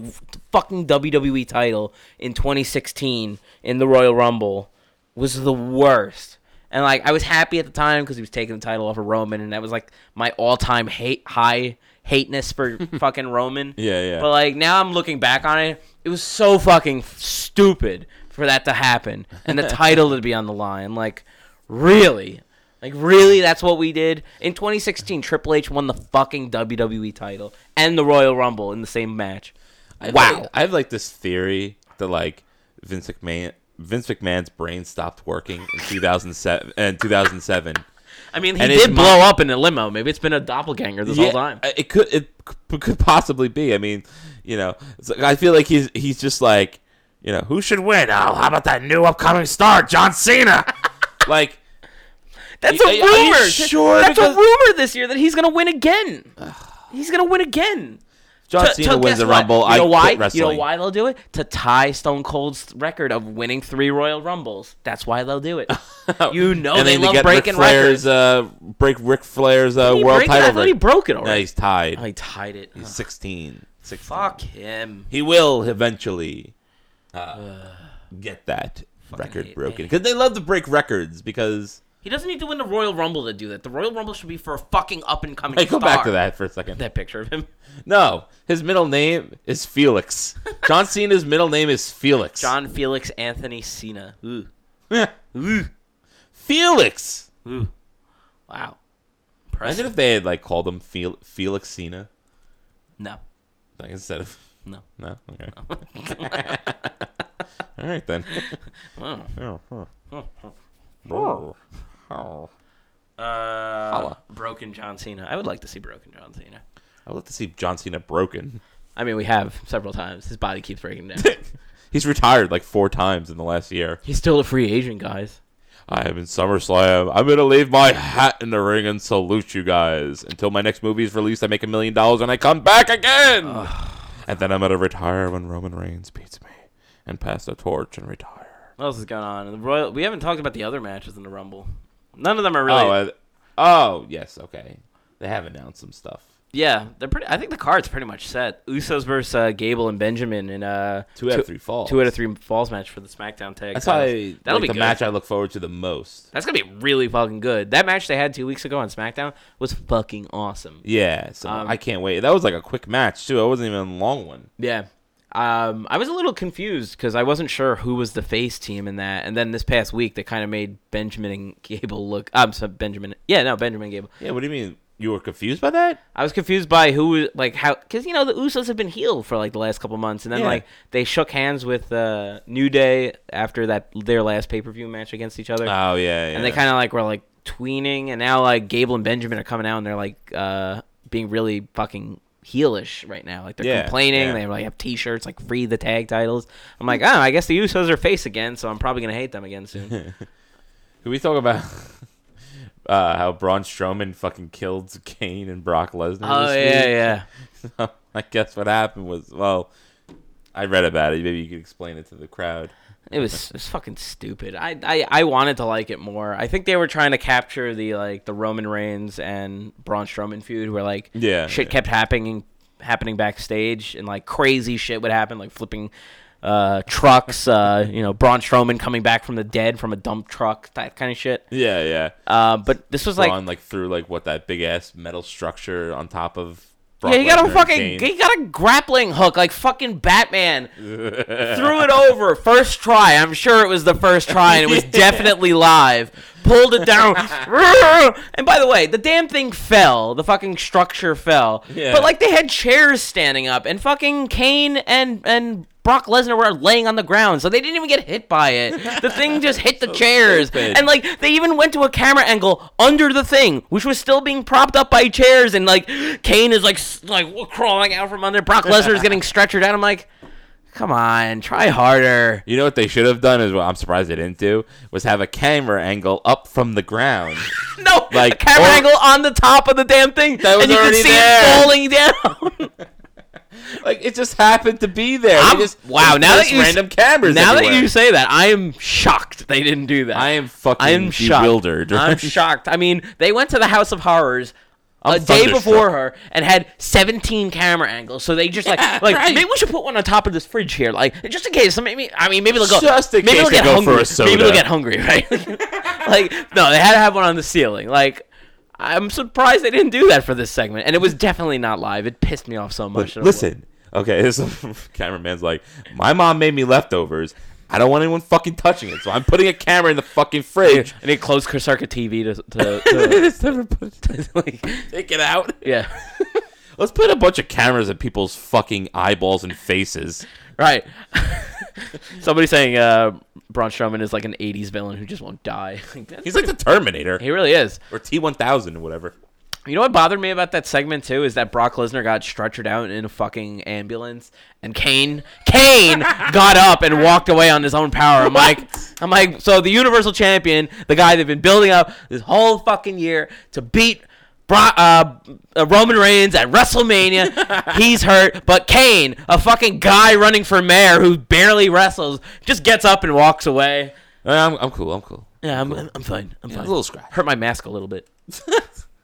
S2: fucking WWE title in 2016 in the Royal Rumble was the worst. And like I was happy at the time because he was taking the title off of Roman, and that was like my all-time hate high hateness for fucking Roman.
S3: Yeah, yeah.
S2: But like now I'm looking back on it, it was so fucking stupid for that to happen and the title to be on the line. Like, really? Like really? That's what we did in 2016. Triple H won the fucking WWE title and the Royal Rumble in the same match.
S3: I have,
S2: wow.
S3: like- I have like this theory that like Vince McMahon, Vince McMahon's brain stopped working in 2007 and 2007.
S2: I mean, he
S3: and
S2: did
S3: his
S2: blow up in a limo. Maybe it's been a doppelganger this whole time.
S3: I- It could it c- could possibly be. I mean, you know, it's like- I feel like he's he's just like, you know, who should win? Oh, how about that new upcoming star, John Cena? like,
S2: That's
S3: Are
S2: a
S3: you- are you
S2: rumor.
S3: sure?
S2: That's
S3: Because-
S2: a rumor this year that he's gonna win again. he's gonna win again.
S3: John
S2: to-
S3: Cena
S2: to
S3: wins
S2: guess
S3: the
S2: what?
S3: Rumble.
S2: You know
S3: I
S2: why?
S3: quit wrestling.
S2: You know why they'll do it? To tie Stone Cold's record of winning three Royal Rumbles. That's why they'll do it. you know
S3: and
S2: they
S3: then to
S2: love
S3: get
S2: breaking
S3: Ric Flair's,
S2: records.
S3: uh, break Ric Flair's uh,
S2: Did he
S3: world
S2: break it? I
S3: title.
S2: thought he
S3: record.
S2: broke it
S3: No,
S2: already.
S3: he's tied.
S2: Oh, he tied it.
S3: He's
S2: Ugh,
S3: 16. 16.
S2: fuck him.
S3: He will eventually uh, get that
S2: Fucking
S3: record
S2: hate
S3: broken
S2: me.
S3: because they love to break records because
S2: He He doesn't need to win the Royal Rumble to do that. The Royal Rumble should be for a fucking up and coming.
S3: Hey, go back to
S2: star.
S3: that for a second.
S2: That picture of him,
S3: No, his middle name is Felix. John Cena's middle name is Felix.
S2: John Felix Anthony Cena. Ooh,
S3: Felix.
S2: ooh, wow.
S3: Imagine
S2: Impressive.
S3: if they had like called him Fel- Felix Cena
S2: No,
S3: like, instead of
S2: no.
S3: no. Okay. All right then. Oh, huh. Oh.
S2: Uh,
S3: Holla.
S2: broken John Cena. I would like to see broken John Cena.
S3: I would like to see John Cena broken.
S2: I mean, we have several times. His body keeps breaking down.
S3: He's retired like four times in the last year.
S2: He's still a free agent, guys.
S3: I am in SummerSlam. I'm gonna leave my hat in the ring and salute you guys. Until my next movie is released, I make a million dollars and I come back again. and then I'm gonna retire when Roman Reigns beats me and pass the torch and retire.
S2: What else is going on? The Royal. We haven't talked about the other matches in the Rumble. None of them are really.
S3: Oh, I- oh yes, okay. They have announced some stuff.
S2: yeah, they're pretty. I think the card's pretty much set. Usos versus uh, Gable and Benjamin in uh
S3: Two out of three falls.
S2: two out of three falls match for the SmackDown tag. titles.
S3: That's probably
S2: that'll
S3: like,
S2: be
S3: the
S2: good.
S3: match I look forward to the most.
S2: That's gonna be really fucking good. That match they had two weeks ago on SmackDown was fucking awesome.
S3: Yeah, so
S2: Um,
S3: I can't wait. That was like a quick match too. It wasn't even a long one.
S2: Yeah. Um, I was a little confused because I wasn't sure who was the face team in that, and then this past week they kind of made Benjamin and Gable look. I'm sorry, Benjamin. Yeah, no, Benjamin and Gable.
S3: Yeah, what do you mean? You were confused by that?
S2: I was confused by who, was- like, how, because you know the Usos have been healed for like the last couple months, and then
S3: Yeah.
S2: like they shook hands with uh, New Day after that their last pay per view match against each other,
S3: Oh yeah, yeah.
S2: and they kind of like were like tweening, and now like Gable and Benjamin are coming out and they're like uh, being really fucking heelish right now. Like they're
S3: Yeah,
S2: complaining,
S3: yeah.
S2: they like have T-shirts like free the tag titles. I'm like, oh, I guess the Usos are face again, so I'm probably gonna hate them again soon.
S3: Can we talk about uh, how Braun Strowman fucking killed Kane and Brock Lesnar?
S2: oh
S3: this
S2: yeah, yeah.
S3: week? I guess what happened was well, I read about it. Maybe you could explain it to the crowd.
S2: It was it was fucking stupid. I, I I wanted to like it more. I think they were trying to capture the like the Roman Reigns and Braun Strowman feud, where like
S3: Yeah,
S2: shit
S3: yeah.
S2: kept happening happening backstage, and like crazy shit would happen, like flipping uh trucks, uh you know Braun Strowman coming back from the dead from a dump truck, that kind of shit.
S3: Yeah, yeah.
S2: Uh, but this was like
S3: Braun like threw like what that big ass metal structure on top of. Brock
S2: yeah, he got
S3: Lesnar
S2: a
S3: and
S2: fucking
S3: Kane.
S2: he got a grappling hook like fucking Batman. Threw it over first try. I'm sure it was the first try and it was definitely live. Pulled it down. and by the way, the damn thing fell. The fucking structure fell.
S3: Yeah.
S2: But like they had chairs standing up and fucking Kane and and Brock Lesnar were laying on the ground, so they didn't even get hit by it. The thing just hit the chairs.
S3: stupid.
S2: And like they even went to a camera angle under the thing, which was still being propped up by chairs, and like Kane is like s- like crawling out from under. Brock Lesnar is getting stretchered out. I'm like, come on, try harder.
S3: You know what they should have done is what I'm surprised they didn't do was have a camera angle up from the ground.
S2: No, like a
S3: Like,
S2: camera
S3: or-
S2: angle on the top of the damn thing,
S3: That was
S2: and you can
S3: already
S2: see
S3: there.
S2: it falling down.
S3: like it just happened to be there. They
S2: I'm-
S3: just,
S2: wow,
S3: they
S2: now that
S3: placed
S2: you s-
S3: random cameras.
S2: now that
S3: everywhere.
S2: you say that, I am shocked they didn't do that.
S3: I am fucking
S2: I'm shocked.
S3: bewildered.
S2: I'm shocked. I mean, they went to the House of Horrors a
S3: I'm
S2: day before
S3: thunderstruck.
S2: her and had 17 camera angles. So they just like like maybe we should put one on top of this fridge here, like just in case. So maybe I mean maybe they'll go.
S3: Just in
S2: maybe they'll
S3: case they
S2: get
S3: go
S2: hungry.
S3: for a
S2: Maybe they'll
S3: soda.
S2: get hungry, right? like no, they had to have one on the ceiling. Like. I'm surprised they didn't do that for this segment, and it was definitely not live. It pissed me off so much. that I-
S3: Listen, okay, this cameraman's like, my mom made me leftovers. I don't want anyone fucking touching it, so I'm putting a camera in the fucking fridge.
S2: and they closed Circuit TV to, to,
S3: Just never put
S2: to like,
S3: Take it out.
S2: yeah.
S3: Let's put a bunch of cameras at people's fucking eyeballs and faces.
S2: Right. Somebody saying uh, Braun Strowman is like an '80s villain who just won't die. Like, that's-
S3: He's like the Terminator
S2: he really is.
S3: or T1000 or whatever.
S2: You know what bothered me about that segment too is that Brock Lesnar got stretchered out in a fucking ambulance, and Kane Kane got up and walked away on his own power. I'm like, I'm like, so the Universal Champion, the guy they've been building up this whole fucking year to beat. Bro- uh, uh, Roman Reigns at WrestleMania, he's hurt, but Kane, a fucking guy running for mayor who barely wrestles, just gets up and walks away.
S3: Uh, I'm, I'm cool. I'm cool.
S2: Yeah, I'm, I'm, I'm fine. I'm
S3: A
S2: fine.
S3: little scratch.
S2: Hurt my mask a little bit.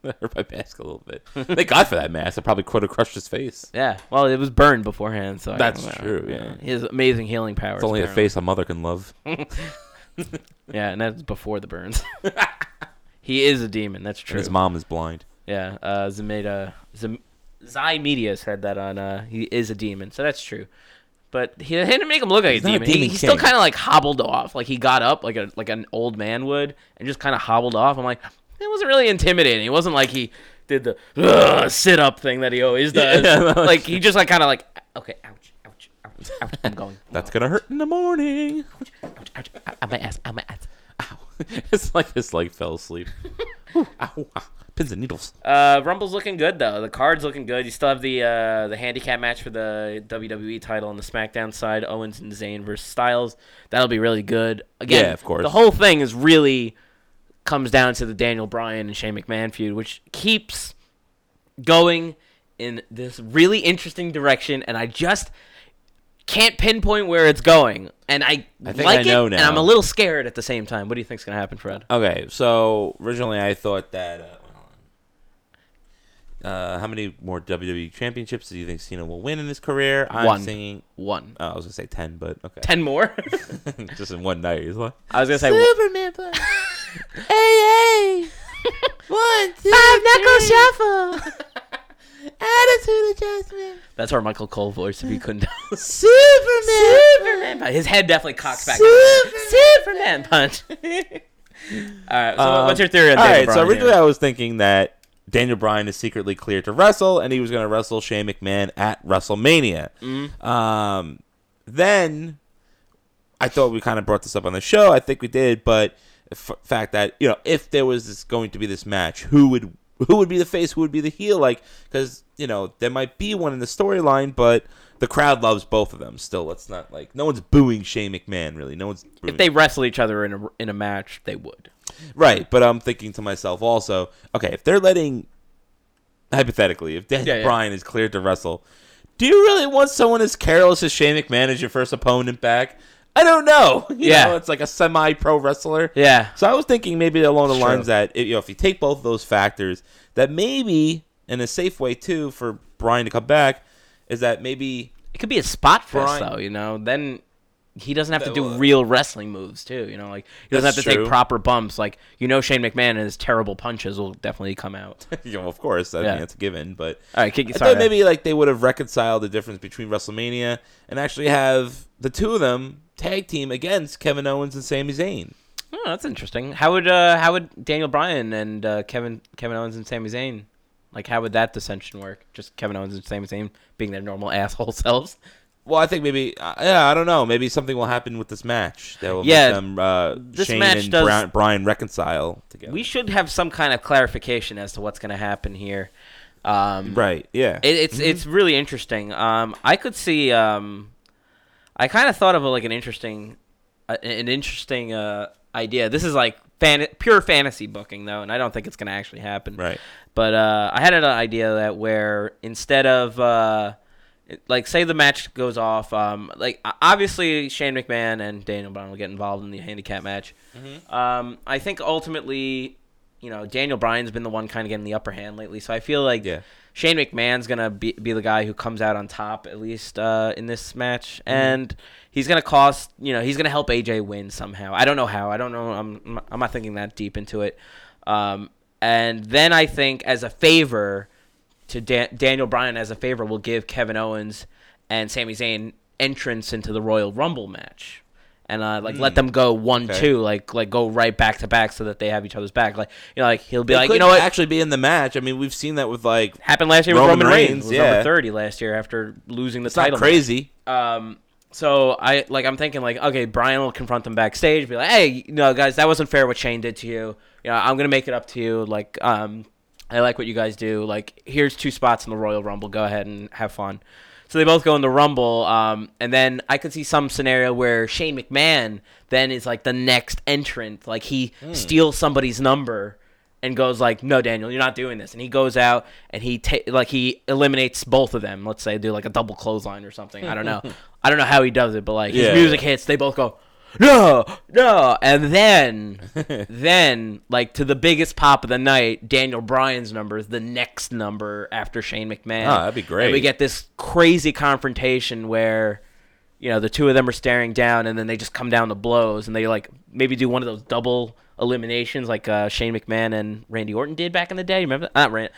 S3: Hurt my mask a little bit. Thank God for that mask. I probably could have crushed his face.
S2: Yeah. Well, it was burned beforehand, so I
S3: That's
S2: don't know.
S3: true, yeah.
S2: He has amazing healing powers.
S3: It's only a
S2: apparently.
S3: face a mother can love.
S2: Yeah, and that's before the burns. He is a demon. That's true.
S3: And his mom is blind.
S2: Yeah, uh, Zameda, Zam- Zai Media said that on uh, he is a demon, so that's true. But he they didn't make him look like
S3: He's
S2: a
S3: not a
S2: demon. He-
S3: demon
S2: he, still
S3: king.
S2: kind of like hobbled off, like he got up like a like an old man would, and just kind of hobbled off. I'm like, it wasn't really intimidating. It wasn't like he did the "Ugh," sit up thing that he always does.
S3: Yeah, like-
S2: like he just like kind of like okay, ouch, ouch, ouch, ouch, I'm going,
S3: That's gonna hurt in the morning.
S2: ouch, ouch, ouch, I'm my ass, I'm my ass.
S3: it's like his leg fell asleep. Ooh, ow, ow. Pins and needles.
S2: Uh, Rumble's looking good though. The card's looking good. You still have the uh, the handicap match for the WWE title on the SmackDown side. Owens and Zayn versus Styles. That'll be really good. Again,
S3: Yeah, of course.
S2: The whole thing is really comes down to the Daniel Bryan and Shane McMahon feud, which keeps going in this really interesting direction, and I just can't pinpoint where it's going. And I,
S3: I think
S2: like
S3: I
S2: it,
S3: know
S2: and I'm
S3: now.
S2: a little scared at the same time. What do you think's gonna happen, Fred?
S3: Okay, so originally I thought that. Uh, hold on. uh, how many more WWE championships do you think Cena will win in his career? I'm
S2: One.
S3: singing.
S2: One,
S3: Oh, I was gonna say ten, but okay.
S2: ten more.
S3: Just in one night. He's like,
S2: I was gonna say.
S4: Superman play. hey, hey. One, two, Five knuckle shuffle. Attitude adjustment.
S2: That's our Michael Cole voice. If you couldn't,
S4: Superman. Superman.
S2: his head definitely cocks back.
S4: Superman.
S2: Superman punch. all right. So
S3: Um,
S2: what's your theory on
S3: all
S2: Daniel
S3: right, so
S2: Bryan
S3: originally
S2: here?
S3: I was thinking that Daniel Bryan is secretly cleared to wrestle, and he was going to wrestle Shane McMahon at WrestleMania.
S2: Mm-hmm.
S3: Um, then I thought we kind of brought this up on the show. I think we did, but the f- fact that you know, if there was this, going to be this match, who would who would be the face? Who would be the heel? Like, because you know there might be one in the storyline, but the crowd loves both of them. Still, let's not like no one's booing Shane McMahon really. No one's booing
S2: if they wrestle each other in a in a match, they would.
S3: Right, but I'm thinking to myself also, okay, if they're letting hypothetically, if Daniel
S2: Yeah, yeah.
S3: Bryan is cleared to wrestle, do you really want someone as careless as Shane McMahon as your first opponent back? I don't know. You
S2: Yeah.
S3: know, it's like a semi-pro wrestler.
S2: Yeah.
S3: So I was thinking maybe along the
S2: It's
S3: lines
S2: true.
S3: that if, you know if you take both of those factors, that maybe in a safe way too for Bryan to come back is that maybe
S2: It could be a spot fest,
S3: Bryan-
S2: though. You know, then he doesn't have to
S3: That
S2: do
S3: would-
S2: real wrestling moves too. You know, like he doesn't
S3: That's
S2: have to
S3: true.
S2: take proper bumps. Like you know, Shane McMahon and his terrible punches will definitely come out.
S3: you know, of course, I
S2: Yeah.
S3: mean, that's a given, but
S2: All right, kick
S3: I
S2: sorry,
S3: thought maybe like they would have reconciled the difference between WrestleMania and actually have the two of them tag team against Kevin Owens and Sami Zayn.
S2: Oh, that's interesting. How would uh, how would Daniel Bryan and uh, Kevin Kevin Owens and Sami Zayn like how would that dissension work? Just Kevin Owens and Sami Zayn being their normal asshole selves.
S3: Well, I think maybe uh, yeah, I don't know. Maybe something will happen with this match that will
S2: Yeah,
S3: make them uh,
S2: this
S3: Shane
S2: match
S3: and
S2: does-
S3: Brown, Brian reconcile together.
S2: We should have some kind of clarification as to what's going to happen here. Um,
S3: right? Yeah. Mm-hmm.
S2: it, it's it's really interesting. Um, I could see. Um, I kind of thought of a, like an interesting, uh, an interesting uh, idea. This is like fan- pure fantasy booking though, and I don't think it's going to actually happen.
S3: Right.
S2: But uh, I had an idea that where instead of uh, it- like say the match goes off, um, like o- obviously Shane McMahon and Daniel Bryan will get involved in the handicap match.
S3: Mm-hmm.
S2: Um, I think ultimately, you know, Daniel Bryan's been the one kind of getting the upper hand lately, so I feel like
S3: Yeah.
S2: Shane McMahon's gonna be, be the guy who comes out on top at least uh, in this match,
S3: Mm-hmm.
S2: and he's gonna cost you know he's gonna help AJ win somehow. I don't know how. I don't know. I'm I'm not thinking that deep into it. Um, and then I think as a favor to Dan- Daniel Bryan as a favor will give Kevin Owens and Sami Zayn entrance into the Royal Rumble match. And uh, like let them go one
S3: Mm. Okay.
S2: two like like go right back to back so that they have each other's back like you know like he'll be
S3: It
S2: like you
S3: could
S2: know what
S3: Actually, be in the match. I mean, we've seen that with like
S2: happened last year with
S3: Roman
S2: Roman Reigns.
S3: Reigns,
S2: was
S3: yeah.
S2: number thirty last year after losing the
S3: it's
S2: title.
S3: not crazy.
S2: Um, so I like I'm thinking like okay, Brian will confront them backstage, be like, hey, you know, guys, that wasn't fair what Shane did to you. You know, I'm gonna make it up to you. Like, um, I like what you guys do. Like, here's two spots in the Royal Rumble. Go ahead and have fun. So they both go in the Rumble, um, and then I could see some scenario where Shane McMahon then is like the next entrant. Like he
S3: Hmm.
S2: steals somebody's number and goes like, "No, Daniel, you're not doing this." And he goes out and he ta- like he eliminates both of them. Let's say do like a double clothesline or something. I don't know. I don't know how he does it, but like
S3: Yeah.
S2: his music hits, they both go, "No, no!" And then, then like to the biggest pop of the night, Daniel Bryan's number is the next number after Shane McMahon.
S3: Oh, that'd be
S2: And we
S3: great.
S2: get this crazy confrontation where. You know, the two of them are staring down, and then they just come down to blows, and they like maybe do one of those double eliminations like uh, Shane McMahon and Randy Orton did back in the day. Remember that? Not Ran-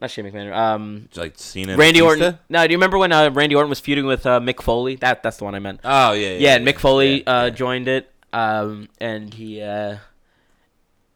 S2: not Shane McMahon. Um,
S3: Like Cena, and
S2: Randy
S3: Batista?
S2: Orton. No, do you remember when uh, Randy Orton was feuding with uh, Mick Foley? That that's the one I meant.
S3: Oh yeah, yeah.
S2: yeah, and Mick Foley
S3: yeah,
S2: uh, joined it, um, and he, uh,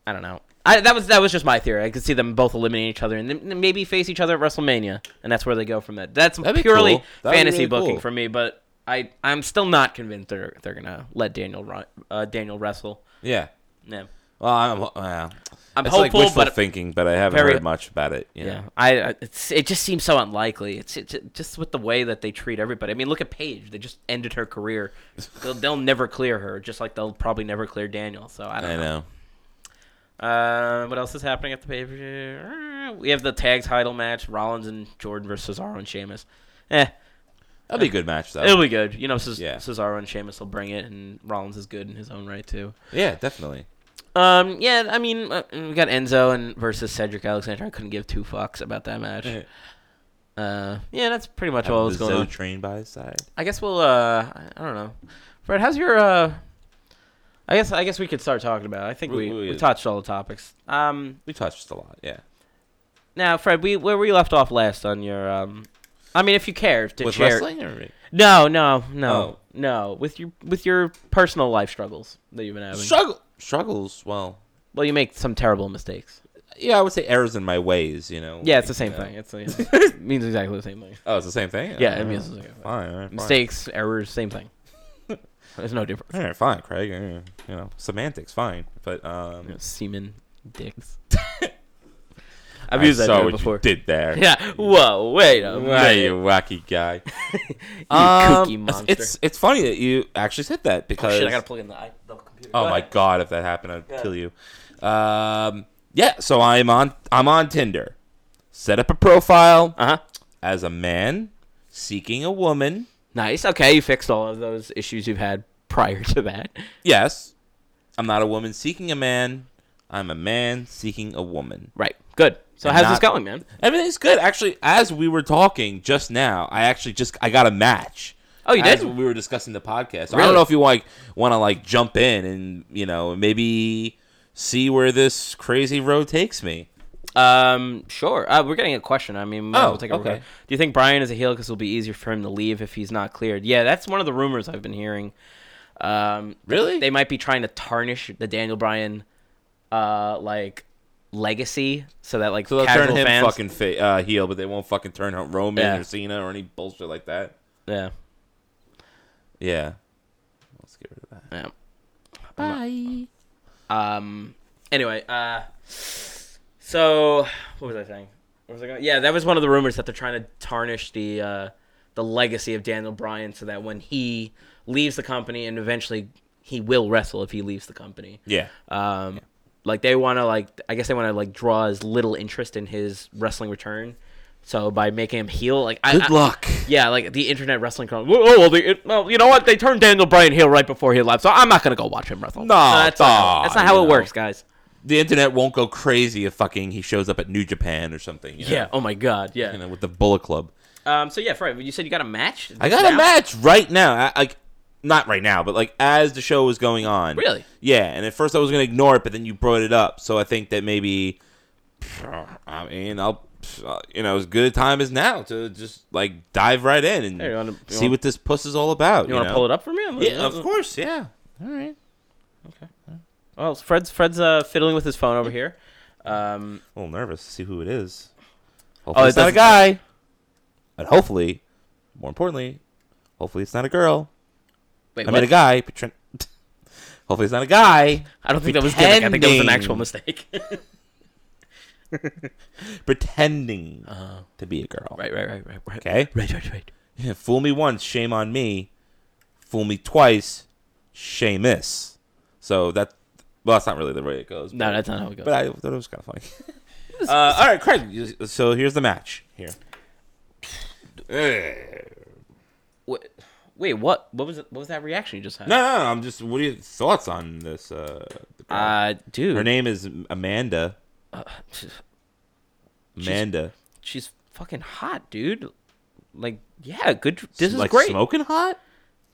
S2: I don't know. I, that was that was just my theory. I could see them both eliminate each other and then maybe face each other at WrestLemania, and that's where they go from that. That's
S3: be
S2: purely
S3: cool. That'd be
S2: fantasy
S3: really
S2: booking
S3: cool.
S2: for me, but I I'm still not convinced they're they're gonna let Daniel ru- uh, Daniel wrestle.
S3: yeah.
S2: Yeah,
S3: Well, I'm, uh,
S2: I'm
S3: it's
S2: hopeful,
S3: like wishful
S2: but
S3: thinking, but I haven't
S2: very-
S3: heard much about it. You
S2: yeah,
S3: know?
S2: I I- it's, it just seems so unlikely. It's, it's just with the way that they treat everybody. I mean, look at Paige; they just ended her career. They'll, they'll never clear her, just like they'll probably never clear Daniel. So I don't
S3: I
S2: know.
S3: know.
S2: Uh, what else is happening at the pay per view? We have the tag title match: Rollins and Jordan versus Cesaro and Sheamus. Eh,
S3: That'd be a good match though.
S2: it'll be good. You know, Ces-
S3: Yeah.
S2: Cesaro and Sheamus will bring it, and Rollins is good in his own right too.
S3: yeah, definitely.
S2: Um, yeah, I mean, uh, we got Enzo and versus Cedric Alexander. I couldn't give two fucks about that match. Uh, yeah, that's pretty much all that's
S3: Have the
S2: going
S3: Zoe
S2: on.
S3: train by his side.
S2: I guess we'll. Uh, I- I don't know. Fred, how's your? Uh, I guess I guess we could start talking about. It. I think
S3: We-
S2: we,
S3: we-
S2: we touched all the topics. Um,
S3: We touched a lot. Yeah.
S2: Now, Fred, we where we left off last on your um, I mean, if you care to
S3: With
S2: share.
S3: wrestling or
S2: No, no, no,
S3: Oh.
S2: no. With your with your personal life struggles that you've been having.
S3: struggle struggles. Well,
S2: well, you make some terrible mistakes.
S3: yeah, I would say errors in my ways. You know.
S2: Yeah, it's the
S3: like,
S2: same
S3: you know.
S2: thing. It's the- it means exactly the same thing.
S3: Oh, it's the same thing.
S2: Yeah,
S3: Oh,
S2: it means the same thing.
S3: Fine, all right, fine.
S2: Mistakes, errors, same thing. There's no difference.
S3: All right, fine, Craig. uh, You know, semantics, fine. But um,
S2: Semen, dicks. I've
S3: I
S2: used that
S3: saw
S2: term
S3: what
S2: before.
S3: you did there.
S2: Yeah. Whoa. Wait a
S3: Why,
S2: minute.
S3: you wacky guy.
S2: kooky
S3: it's-
S2: monster. Oh,
S3: It's it's funny that you actually said that because
S2: Shit, I gotta plug in the, i- the computer.
S3: Oh
S2: Go
S3: my
S2: ahead.
S3: god, if that happened, I'd kill you. Um, yeah, so I'm on I'm on Tinder. Set up a profile
S2: Uh huh.
S3: as a man seeking a woman.
S2: Nice. Okay, you fixed all of those issues you've had prior to that.
S3: Yes. I'm not a woman seeking a man. I'm a man seeking a woman.
S2: Right. Good. So
S3: And
S2: how's this
S3: not-
S2: going, man?
S3: Everything's good. Actually, as we were talking just now, I actually just I got a match.
S2: Oh, you
S3: as
S2: did?
S3: We were discussing the podcast. So I
S2: Really?
S3: don't know if you like want to like jump in and you know maybe see where this crazy road takes me.
S2: Um, sure. Uh, we're getting a question. I mean, might as
S3: Oh,
S2: well take a
S3: okay.
S2: break. Do you think Brian is a heel because it'll be easier for him to leave if he's not cleared? Yeah, that's one of the rumors I've been hearing. Um,
S3: Really?
S2: they might be trying to tarnish the Daniel Bryan, uh, like legacy, so that like
S3: So they'll
S2: casual
S3: turn him
S2: fans,
S3: fucking fa- uh, heel, but they won't fucking turn out Roman
S2: Yeah.
S3: or Cena or any bullshit like that.
S2: yeah,
S3: Yeah. Let's get rid of that.
S2: yeah.
S4: Bye.
S2: Um. Anyway, uh, so what was I saying? What was I going? Yeah, that was one of the rumors that they're trying to tarnish the uh, the legacy of Daniel Bryan, so that when he leaves the company, and eventually he will wrestle if he leaves the company.
S3: Yeah.
S2: Um, like they want to like I guess they want to like draw as little interest in his wrestling return. So by making him heel, like I, I-
S3: Good luck.
S2: yeah, like the internet wrestling crowd. Oh, well, the, it, well, you know what? They turned Daniel Bryan heel right before he left, so I'm not gonna go watch him wrestle.
S3: No,
S2: that's, not how,
S3: duh,
S2: that's not how
S3: you
S2: it
S3: know.
S2: works, guys.
S3: The internet won't go crazy if fucking he shows up at New Japan or something. you know?
S2: Yeah. Oh my God. Yeah.
S3: You know, with the Bullet Club.
S2: Um. So yeah, Fred, you said you got a match.
S3: I got
S2: Now?
S3: a match right now. I, like, not right now, but like as the show was going on.
S2: Really?
S3: Yeah. And at first I was gonna ignore it, but then you brought it up, so I think that maybe. I mean, I'll. uh, You know, as good a time as now to just like dive right in and
S2: Hey, you wanna- you
S3: see
S2: wanna-
S3: what this puss is all about.
S2: You want to pull it up for me? I'm-
S3: Yeah, of course. Yeah.
S2: Well, Fred's Fred's uh, fiddling with his phone over here. Um.
S3: A little nervous to see who it is. Hopefully it's not a
S2: doesn't-
S3: guy. And hopefully, more importantly, hopefully it's not a girl.
S2: Wait,
S3: I
S2: what?
S3: mean, a guy. but tr- Hopefully it's not a guy.
S2: I don't think that was gimmick. I think that was an
S3: Pretending.
S2: actual mistake.
S3: pretending to be a girl.
S2: Uh-huh. right. Right. Right. Right. Right.
S3: Okay.
S2: Right. Right. Right.
S3: Fool me once, shame on me. Fool me twice, shameless. So that, well, that's not really the way it goes.
S2: No,
S3: but-
S2: that's not how it goes.
S3: But I thought it was kind of funny. uh, all right, Craig. you- So here's the match. Here.
S2: Wait, wait. What? What was it? What was that reaction you just had?
S3: No, no, no, I'm just. What are your thoughts on this? Uh, the girl?
S2: Uh, dude. Uh,
S3: her name is Amanda. Amanda.
S2: she's fucking hot, dude. Like, yeah, good. This is
S3: like
S2: great.
S3: Smoking hot.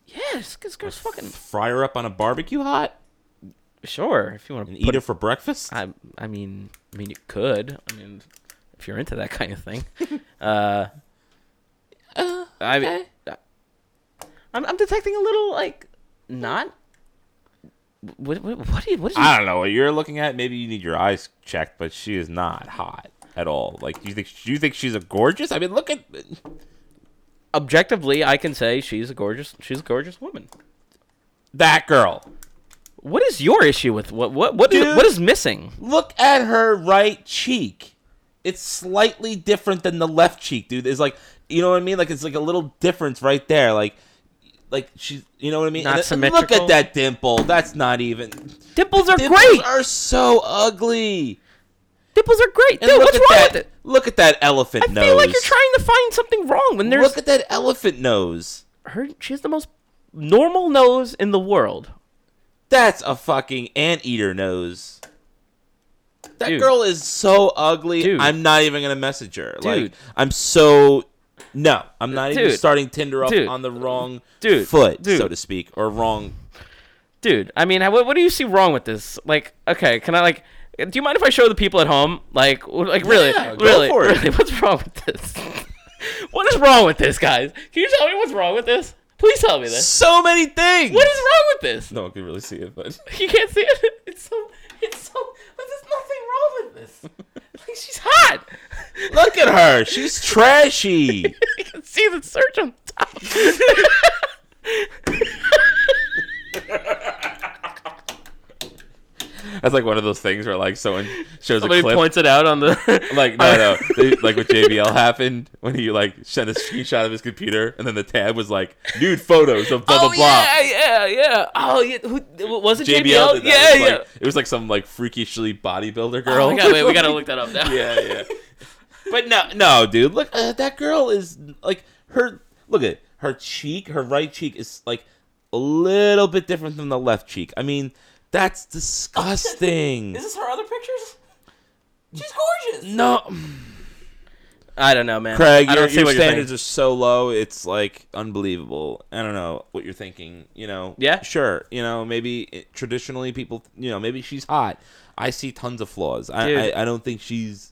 S2: Yes, this girl's fucking.
S3: Fry her up on a barbecue hot.
S2: Sure, if you want
S3: And
S2: to
S3: eat it for breakfast?
S2: I I mean I mean you could. I mean if you're into that kind of thing. uh,
S3: Uh,
S2: I mean uh, I'm I'm detecting a little like not what what what is, what is
S3: I don't know what you're looking at. Maybe you need your eyes checked, but she is not hot at all. Like, do you think do you think she's a gorgeous? I mean, look at
S2: objectively I can say she's a gorgeous she's a gorgeous woman.
S3: that girl.
S2: What is your issue with what what what,
S3: Dude.
S2: is, what is missing?
S3: Look at her right cheek. It's slightly different than the left cheek, dude. It's like, you know what I mean? Like, it's like a little difference right there. Like, like she's, you know what I mean?
S2: Not
S3: then- Look
S2: symmetrical.
S3: at that dimple. That's not even.
S2: Dimples are
S3: Dimples
S2: great.
S3: are so ugly.
S2: Dimples are great.
S3: And
S2: Dude,
S3: look
S2: what's
S3: at
S2: wrong
S3: that,
S2: with it?
S3: Look at that elephant
S2: I
S3: nose.
S2: feel like you're trying to find something wrong when there's
S3: Look at that elephant nose.
S2: her she has the most normal nose in the world.
S3: That's a fucking anteater nose. That
S2: Dude.
S3: girl is so ugly.
S2: Dude.
S3: I'm not even gonna message her. Like
S2: Dude.
S3: I'm so no, I'm not even
S2: Dude.
S3: starting Tinder off
S2: Dude.
S3: on the wrong
S2: Dude.
S3: foot,
S2: Dude.
S3: so to speak, or wrong.
S2: dude i mean what, what do you see wrong with this like okay can i like do you mind if i show the people at home like w- like really
S3: Yeah, go
S2: really,
S3: for it.
S2: really what's wrong with this what is wrong with this guys can you tell me what's wrong with this please tell me this
S3: So many things.
S2: what is wrong with this
S3: No one can really see it, but
S2: you can't see it it's so it's so but there's nothing wrong with this like she's hot
S3: look at her. She's trashy.
S2: you can see the surge on top
S3: That's like one of those things where like someone shows
S2: somebody points it out on the
S3: Like no, no, They- like what JBL happened when he like sent a screenshot of his computer, and then the tab was like nude photos of blah
S2: Oh yeah, yeah, yeah. Oh yeah, who w- was it? JBL.
S3: JBL
S2: Yeah,
S3: did that. It was
S2: yeah.
S3: like- It was like some like freakishly bodybuilder
S2: Oh
S3: girl.
S2: my God, wait, we gotta look that up now.
S3: yeah, yeah. But no, no, dude. Look, uh, that girl is like her. Look at her cheek. Her right cheek is like a little bit different than the left cheek. I mean, that's disgusting.
S2: this her other pictures?
S5: She's gorgeous.
S3: no,
S2: I don't know, man.
S3: Craig,
S2: I
S3: your,
S2: don't see
S3: your
S2: what
S3: standards
S2: you're
S3: are so low. It's like unbelievable. I don't know what you're thinking. You know,
S2: Yeah.
S3: sure. You know, maybe it, traditionally people, you know, maybe she's hot. I see tons of flaws. I,
S2: Dude.
S3: I, I don't think she's,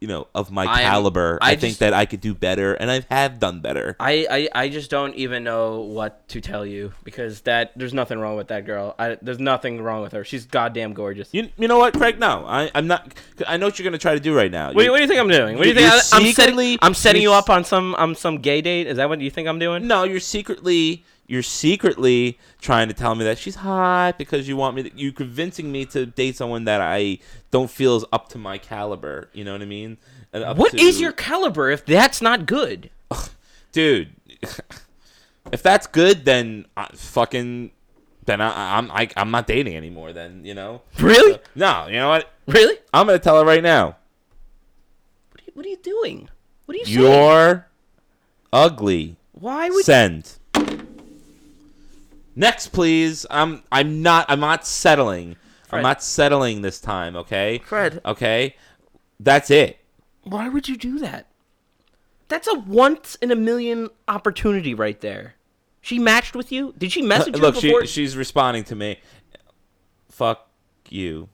S3: you know, of my
S2: I am-
S3: caliber.
S2: I
S3: I, think
S2: just-
S3: that I could do better, and I have done better.
S2: saying. I, I, I just don't even know what to tell you because that there's nothing wrong with that girl. I, there's nothing wrong with her. She's goddamn gorgeous.
S3: You, you know what, Craig? No, I, I'm not. I know what you're gonna try to do right now.
S2: what, do you, what do you think I'm doing? What do you
S3: You're
S2: think? I, I'm
S3: secretly-
S2: setting, I'm setting you
S3: you're-
S2: up on some um, some gay date. Is that what you think I'm doing?
S3: No, you're secretly you're secretly trying to tell me that she's hot because you want me to, you convincing me to date someone that I don't feel is up to my caliber. You know what I mean? And up
S2: What is
S3: to-
S2: your caliber if that's not good?
S3: dude? if that's good, then I, fucking then I, I'm I, I'm not dating anymore. Then you know?
S2: Really?
S3: No, you know what?
S2: Really?
S3: I'm gonna tell her right now.
S2: What are you, what are you doing? What are you saying?
S3: You're ugly.
S2: Why would
S3: Send. Next, please. I'm I'm not I'm not settling. I'm
S2: Fred.
S3: not settling this time, okay?
S2: Fred.
S3: Okay? That's it.
S2: Why would you do that? That's a once in a million opportunity right there. She matched with you? Did Uh, she message
S3: Look,
S2: you
S3: she
S2: before?
S3: she's responding to me. Fuck you.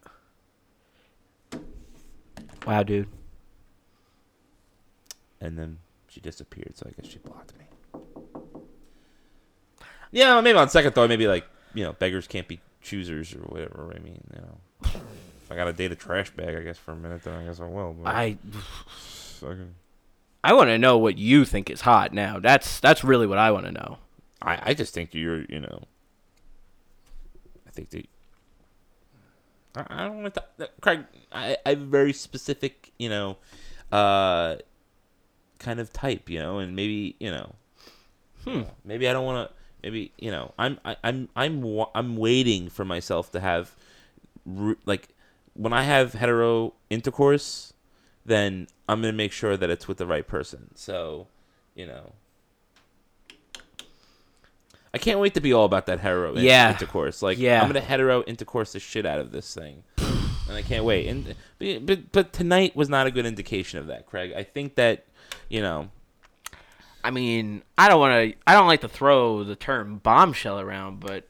S2: Wow, dude.
S3: And then she disappeared, so I guess she blocked me. Yeah, maybe on second thought, maybe like, you know, beggars can't be choosers or whatever. I mean, you know. If I gotta date a trash bag, I guess, for a minute, then I guess I will. but
S2: I
S3: fucking-
S2: I want to know what you think is hot now. That's that's really what I want to know.
S3: I, I just think you're, you know, I think that I, I don't want to, Craig. I, I have a very specific, you know, uh, kind of type, you know, and maybe, you know, hmm. maybe I don't want to, maybe, you know, I'm, I, I'm, I'm, wa- I'm waiting for myself to have, ru- like, when I have hetero intercourse, then I'm gonna make sure that it's with the right person. So, you know, I can't wait to be all about that hetero in-
S2: Yeah.
S3: intercourse. Like,
S2: Yeah.
S3: I'm gonna hetero intercourse the shit out of this thing, and I can't wait. And but, but but tonight was not a good indication of that, Craig. I think that, you know,
S2: I mean, I don't want to I don't like to throw the term bombshell around, but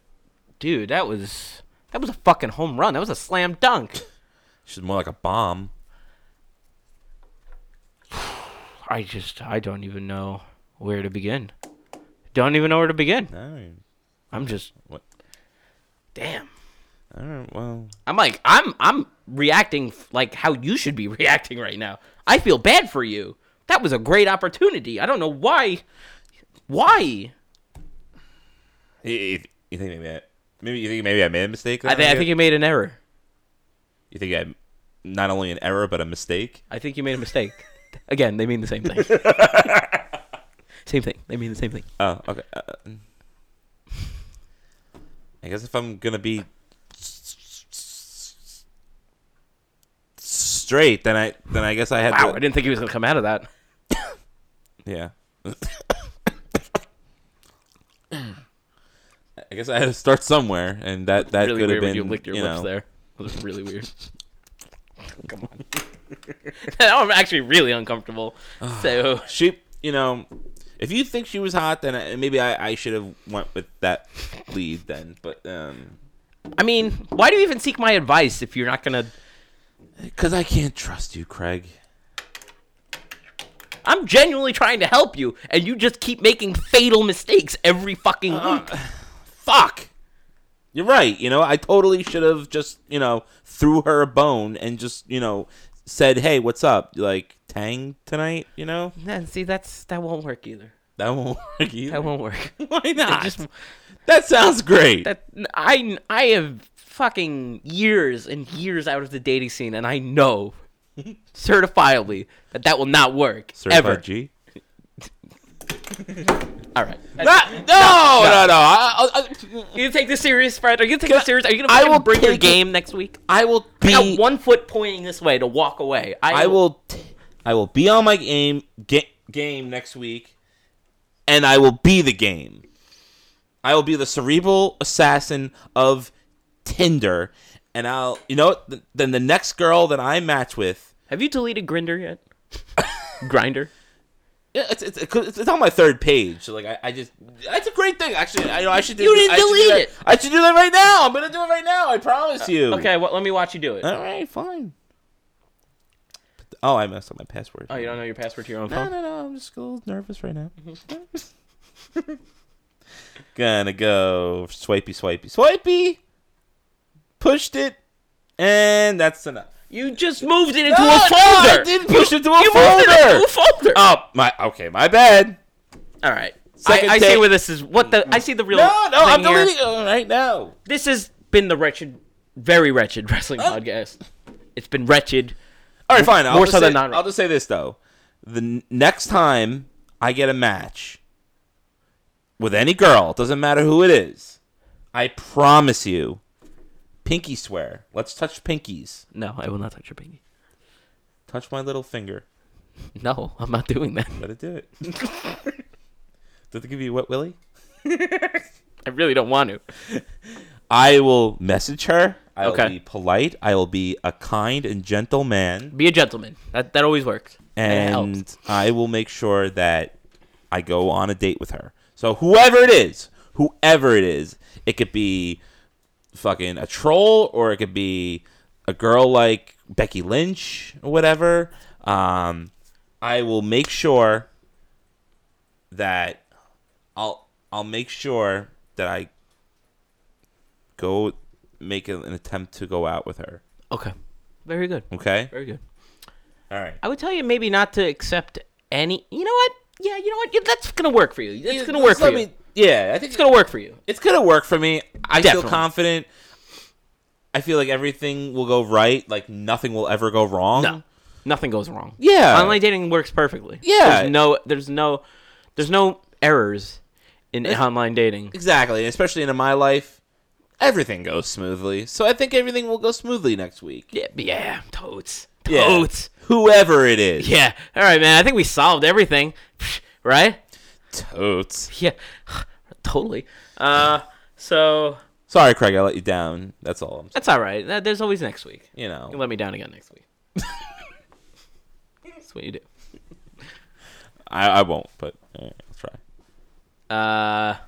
S2: dude, that was That was a fucking home run. That was a slam dunk.
S3: She's more like a bomb.
S2: I just, I don't even know where to begin. Don't even know where to begin.
S3: All right.
S2: I'm just,
S3: What?
S2: damn.
S3: All right. Well,
S2: I'm like, I'm, I'm reacting f- like how you should be reacting right now. I feel bad for you. That was a great opportunity. I don't know why, why.
S3: you, you- you think maybe I, maybe you think maybe I made a mistake.
S2: I, th- I think you made an error.
S3: you think I not only an error but a mistake.
S2: I think you made a mistake. Again, they mean the same thing. same thing. They mean the same thing.
S3: Oh, okay. Uh, I guess if I'm gonna be straight, then I then I guess I had
S2: Wow,
S3: to.
S2: I didn't think he was gonna come out of that.
S3: Yeah. I guess I had to start somewhere, and that that
S2: really
S3: could
S2: weird
S3: have
S2: when
S3: been
S2: you licked your lips
S3: know,
S2: there. It was really weird. Come on. now I'm actually really uncomfortable. So
S3: She, you know, if you think she was hot, then I, maybe I, I should have went with that lead then. But um,
S2: I mean, why do you even seek my advice if you're not gonna?
S3: because I can't trust you, Craig.
S2: I'm genuinely trying to help you, and you just keep making fatal mistakes every fucking
S3: Uh,
S2: week.
S3: Fuck. You're right. You know, I totally should have just, you know, threw her a bone and just, you know, said, "Hey, what's up?" Like Tang tonight. You know,
S2: Then see, that's that won't work either.
S3: that won't work either.
S2: That won't work.
S3: Why not?
S2: just-
S3: that sounds great.
S2: that I I have fucking years and years out of the dating scene, and I know certifiably that that will not work
S3: Certified
S2: ever.
S3: G.
S2: All right,
S3: Not, no, no, no. I, I,
S2: you gonna take this serious, Fred? Are you gonna take this serious? Are you gonna
S3: I
S2: fucking
S3: will
S2: bring your
S3: take
S2: game next week?
S3: I will be.
S2: I got one foot pointing this way to walk away. I,
S3: I will. T- I will be on my game ga- game next week, and I will be the game. I will be the cerebral assassin of Tinder, and I'll. You know, what? Th- then the next girl that I match with.
S2: Have you deleted Grinder yet? Grinder.
S3: Yeah, It's, it's, it's it's on my third page, so like I, I just that's a great thing actually. I know I should do.
S2: You didn't
S3: I should do
S2: delete
S3: that-
S2: it.
S3: I should do that right now. I'm gonna do it right now. I promise you.
S2: Okay, well, let me watch you do it.
S3: All right, fine. Oh, I messed up my password.
S2: Oh, you don't know your password to your own
S3: No,
S2: phone?
S3: no, no. I'm just a little nervous right now. Gonna go swipey, swipey, swipey. Pushed it, and that's enough.
S2: You just moved it into
S3: No,
S2: a
S3: no,
S2: folder.
S3: I didn't push it to a
S2: you moved it
S3: folder.
S2: into a folder.
S3: Oh my. Okay, my bad.
S2: All right.
S3: Second
S2: I, I see
S3: take.
S2: where this is. What the? I see the real.
S3: No, no.
S2: thing
S3: I'm
S2: here.
S3: deleting it right now.
S2: This has been the wretched, very wretched wrestling podcast. It's been wretched.
S3: All right, fine. I'll
S2: More
S3: just
S2: so
S3: say,
S2: than not.
S3: I'll just say this though: the n- next time I get a match with any girl, it doesn't matter who it is, I promise you, pinky swear. Let's touch pinkies.
S2: No, I will not touch your pinky.
S3: Touch my little finger.
S2: No, I'm not doing that.
S3: Let it do it. Did they give you a wet willy?
S2: I really don't want to.
S3: I will message her. I will
S2: Okay.
S3: be polite. I will be a kind and gentle man.
S2: Be a gentleman. That that always works. it helps.
S3: and I will make sure that I go on a date with her. So whoever it is, whoever it is, it could be fucking a troll or it could be a girl like Becky Lynch or whatever. Um, I will make sure that I'll I'll make sure that I go make an attempt to go out with her.
S2: Okay. Very good.
S3: Okay.
S2: Very good.
S3: All right.
S2: I would tell you maybe not to accept any. You know what? Yeah, you know what? Yeah, That's gonna work for you. That's gonna work
S3: Just
S2: for
S3: let
S2: you.
S3: me- Yeah, I think
S2: It's gonna work for you.
S3: it's gonna work for me. I
S2: Definitely.
S3: feel confident. I feel like everything will go right. Like nothing will ever go wrong.
S2: No, nothing goes wrong.
S3: Yeah.
S2: online dating works perfectly.
S3: Yeah.
S2: there's no, there's no, there's no errors in online dating.
S3: Exactly. and Especially in my life, everything goes smoothly. So I think everything will go smoothly next week.
S2: Yeah, yeah, totes,
S3: Yeah.
S2: totes.
S3: Whoever it is.
S2: Yeah. All right, man. I think we solved everything, right?
S3: Totes.
S2: Yeah, totally. Uh, so
S3: Sorry, Craig, I let you down. That's all I'm saying.
S2: that's all right. That- There's always next week.
S3: You
S2: You
S3: know.
S2: let me down again next week. that's what you do.
S3: I, I won't, but all right, I'll try.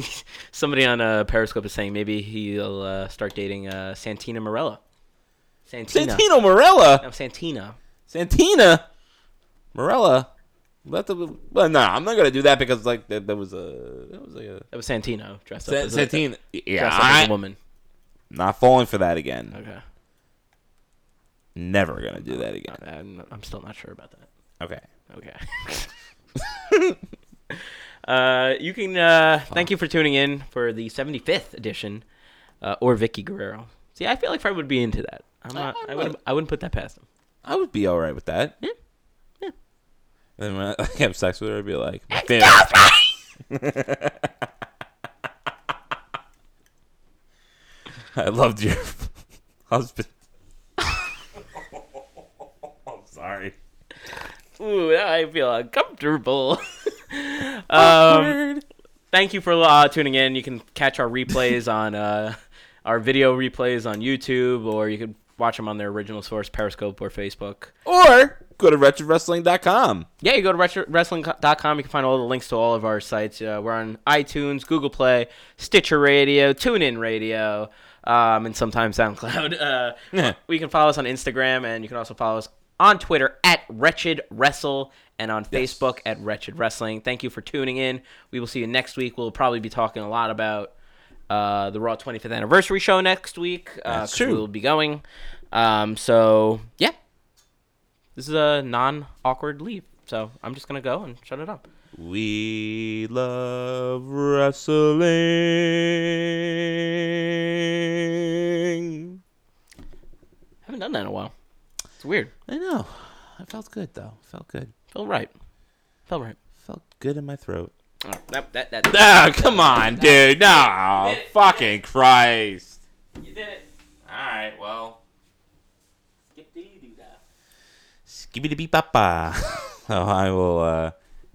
S2: Uh, Somebody on uh, Periscope is saying maybe he'll uh, start dating uh, Santina Morella. Santina.
S3: Santino Morella.
S2: No, Santina.
S3: Santina Morella. Let the well, no, I'm not gonna do that because like that, that was a that was like a
S2: That was Santino dressed up. as a-
S3: Santina. Yeah,
S2: dressed up as
S3: I,
S2: a woman.
S3: not falling for that again.
S2: Okay. Oh,
S3: Never gonna do that again.
S2: I'm, I'm still not sure about that.
S3: Okay.
S2: Okay. uh, you can uh, thank you for tuning in for the 75th edition, uh, or Vicky Guerrero. See, I feel like Fred would be into that. I'm not. I wouldn't. I wouldn't put that past him.
S3: I would be all right with that.
S2: Yeah. Yeah.
S3: And when I like, have sex with her, I'd be like, my favorite. I loved your husband. I'm sorry.
S2: Ooh, now I feel uncomfortable. um, thank you for uh, tuning in. You can catch our replays on uh, our video replays on YouTube, or you can watch them on their original source, Periscope or Facebook.
S3: Or go to retrowrestling.com.
S2: Yeah, you go to retro- wrestling.com. You can find all the links to all of our sites. Uh, we're on iTunes, Google Play, Stitcher Radio, TuneIn Radio, um, and sometimes SoundCloud. Uh, We can follow us on Instagram, and you can also follow us on Twitter at Wretched Wrestle and on Facebook at Wretched Wrestling. Thank you for tuning in. We will see you next week. We'll probably be talking a lot about uh, the Raw 25th anniversary show next week. Uh,
S3: That's
S2: 'cause
S3: true.
S2: We'll be going. Um, so yeah, this is a non-awkward leave. So I'm just gonna go and shut it up.
S3: We love wrestling.
S2: haven't done that in a while. It's weird.
S3: I know. I felt good, though. Felt good.
S2: Felt right. Felt right.
S3: Felt good in my throat.
S2: All right. That, that, that,
S3: Ah, come on, dude. No. Fucking Christ.
S2: You did it.
S3: Alright, well.
S2: Skip the do that.
S3: Skibbity beep papa. so I will uh,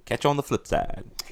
S3: catch you on the flip side.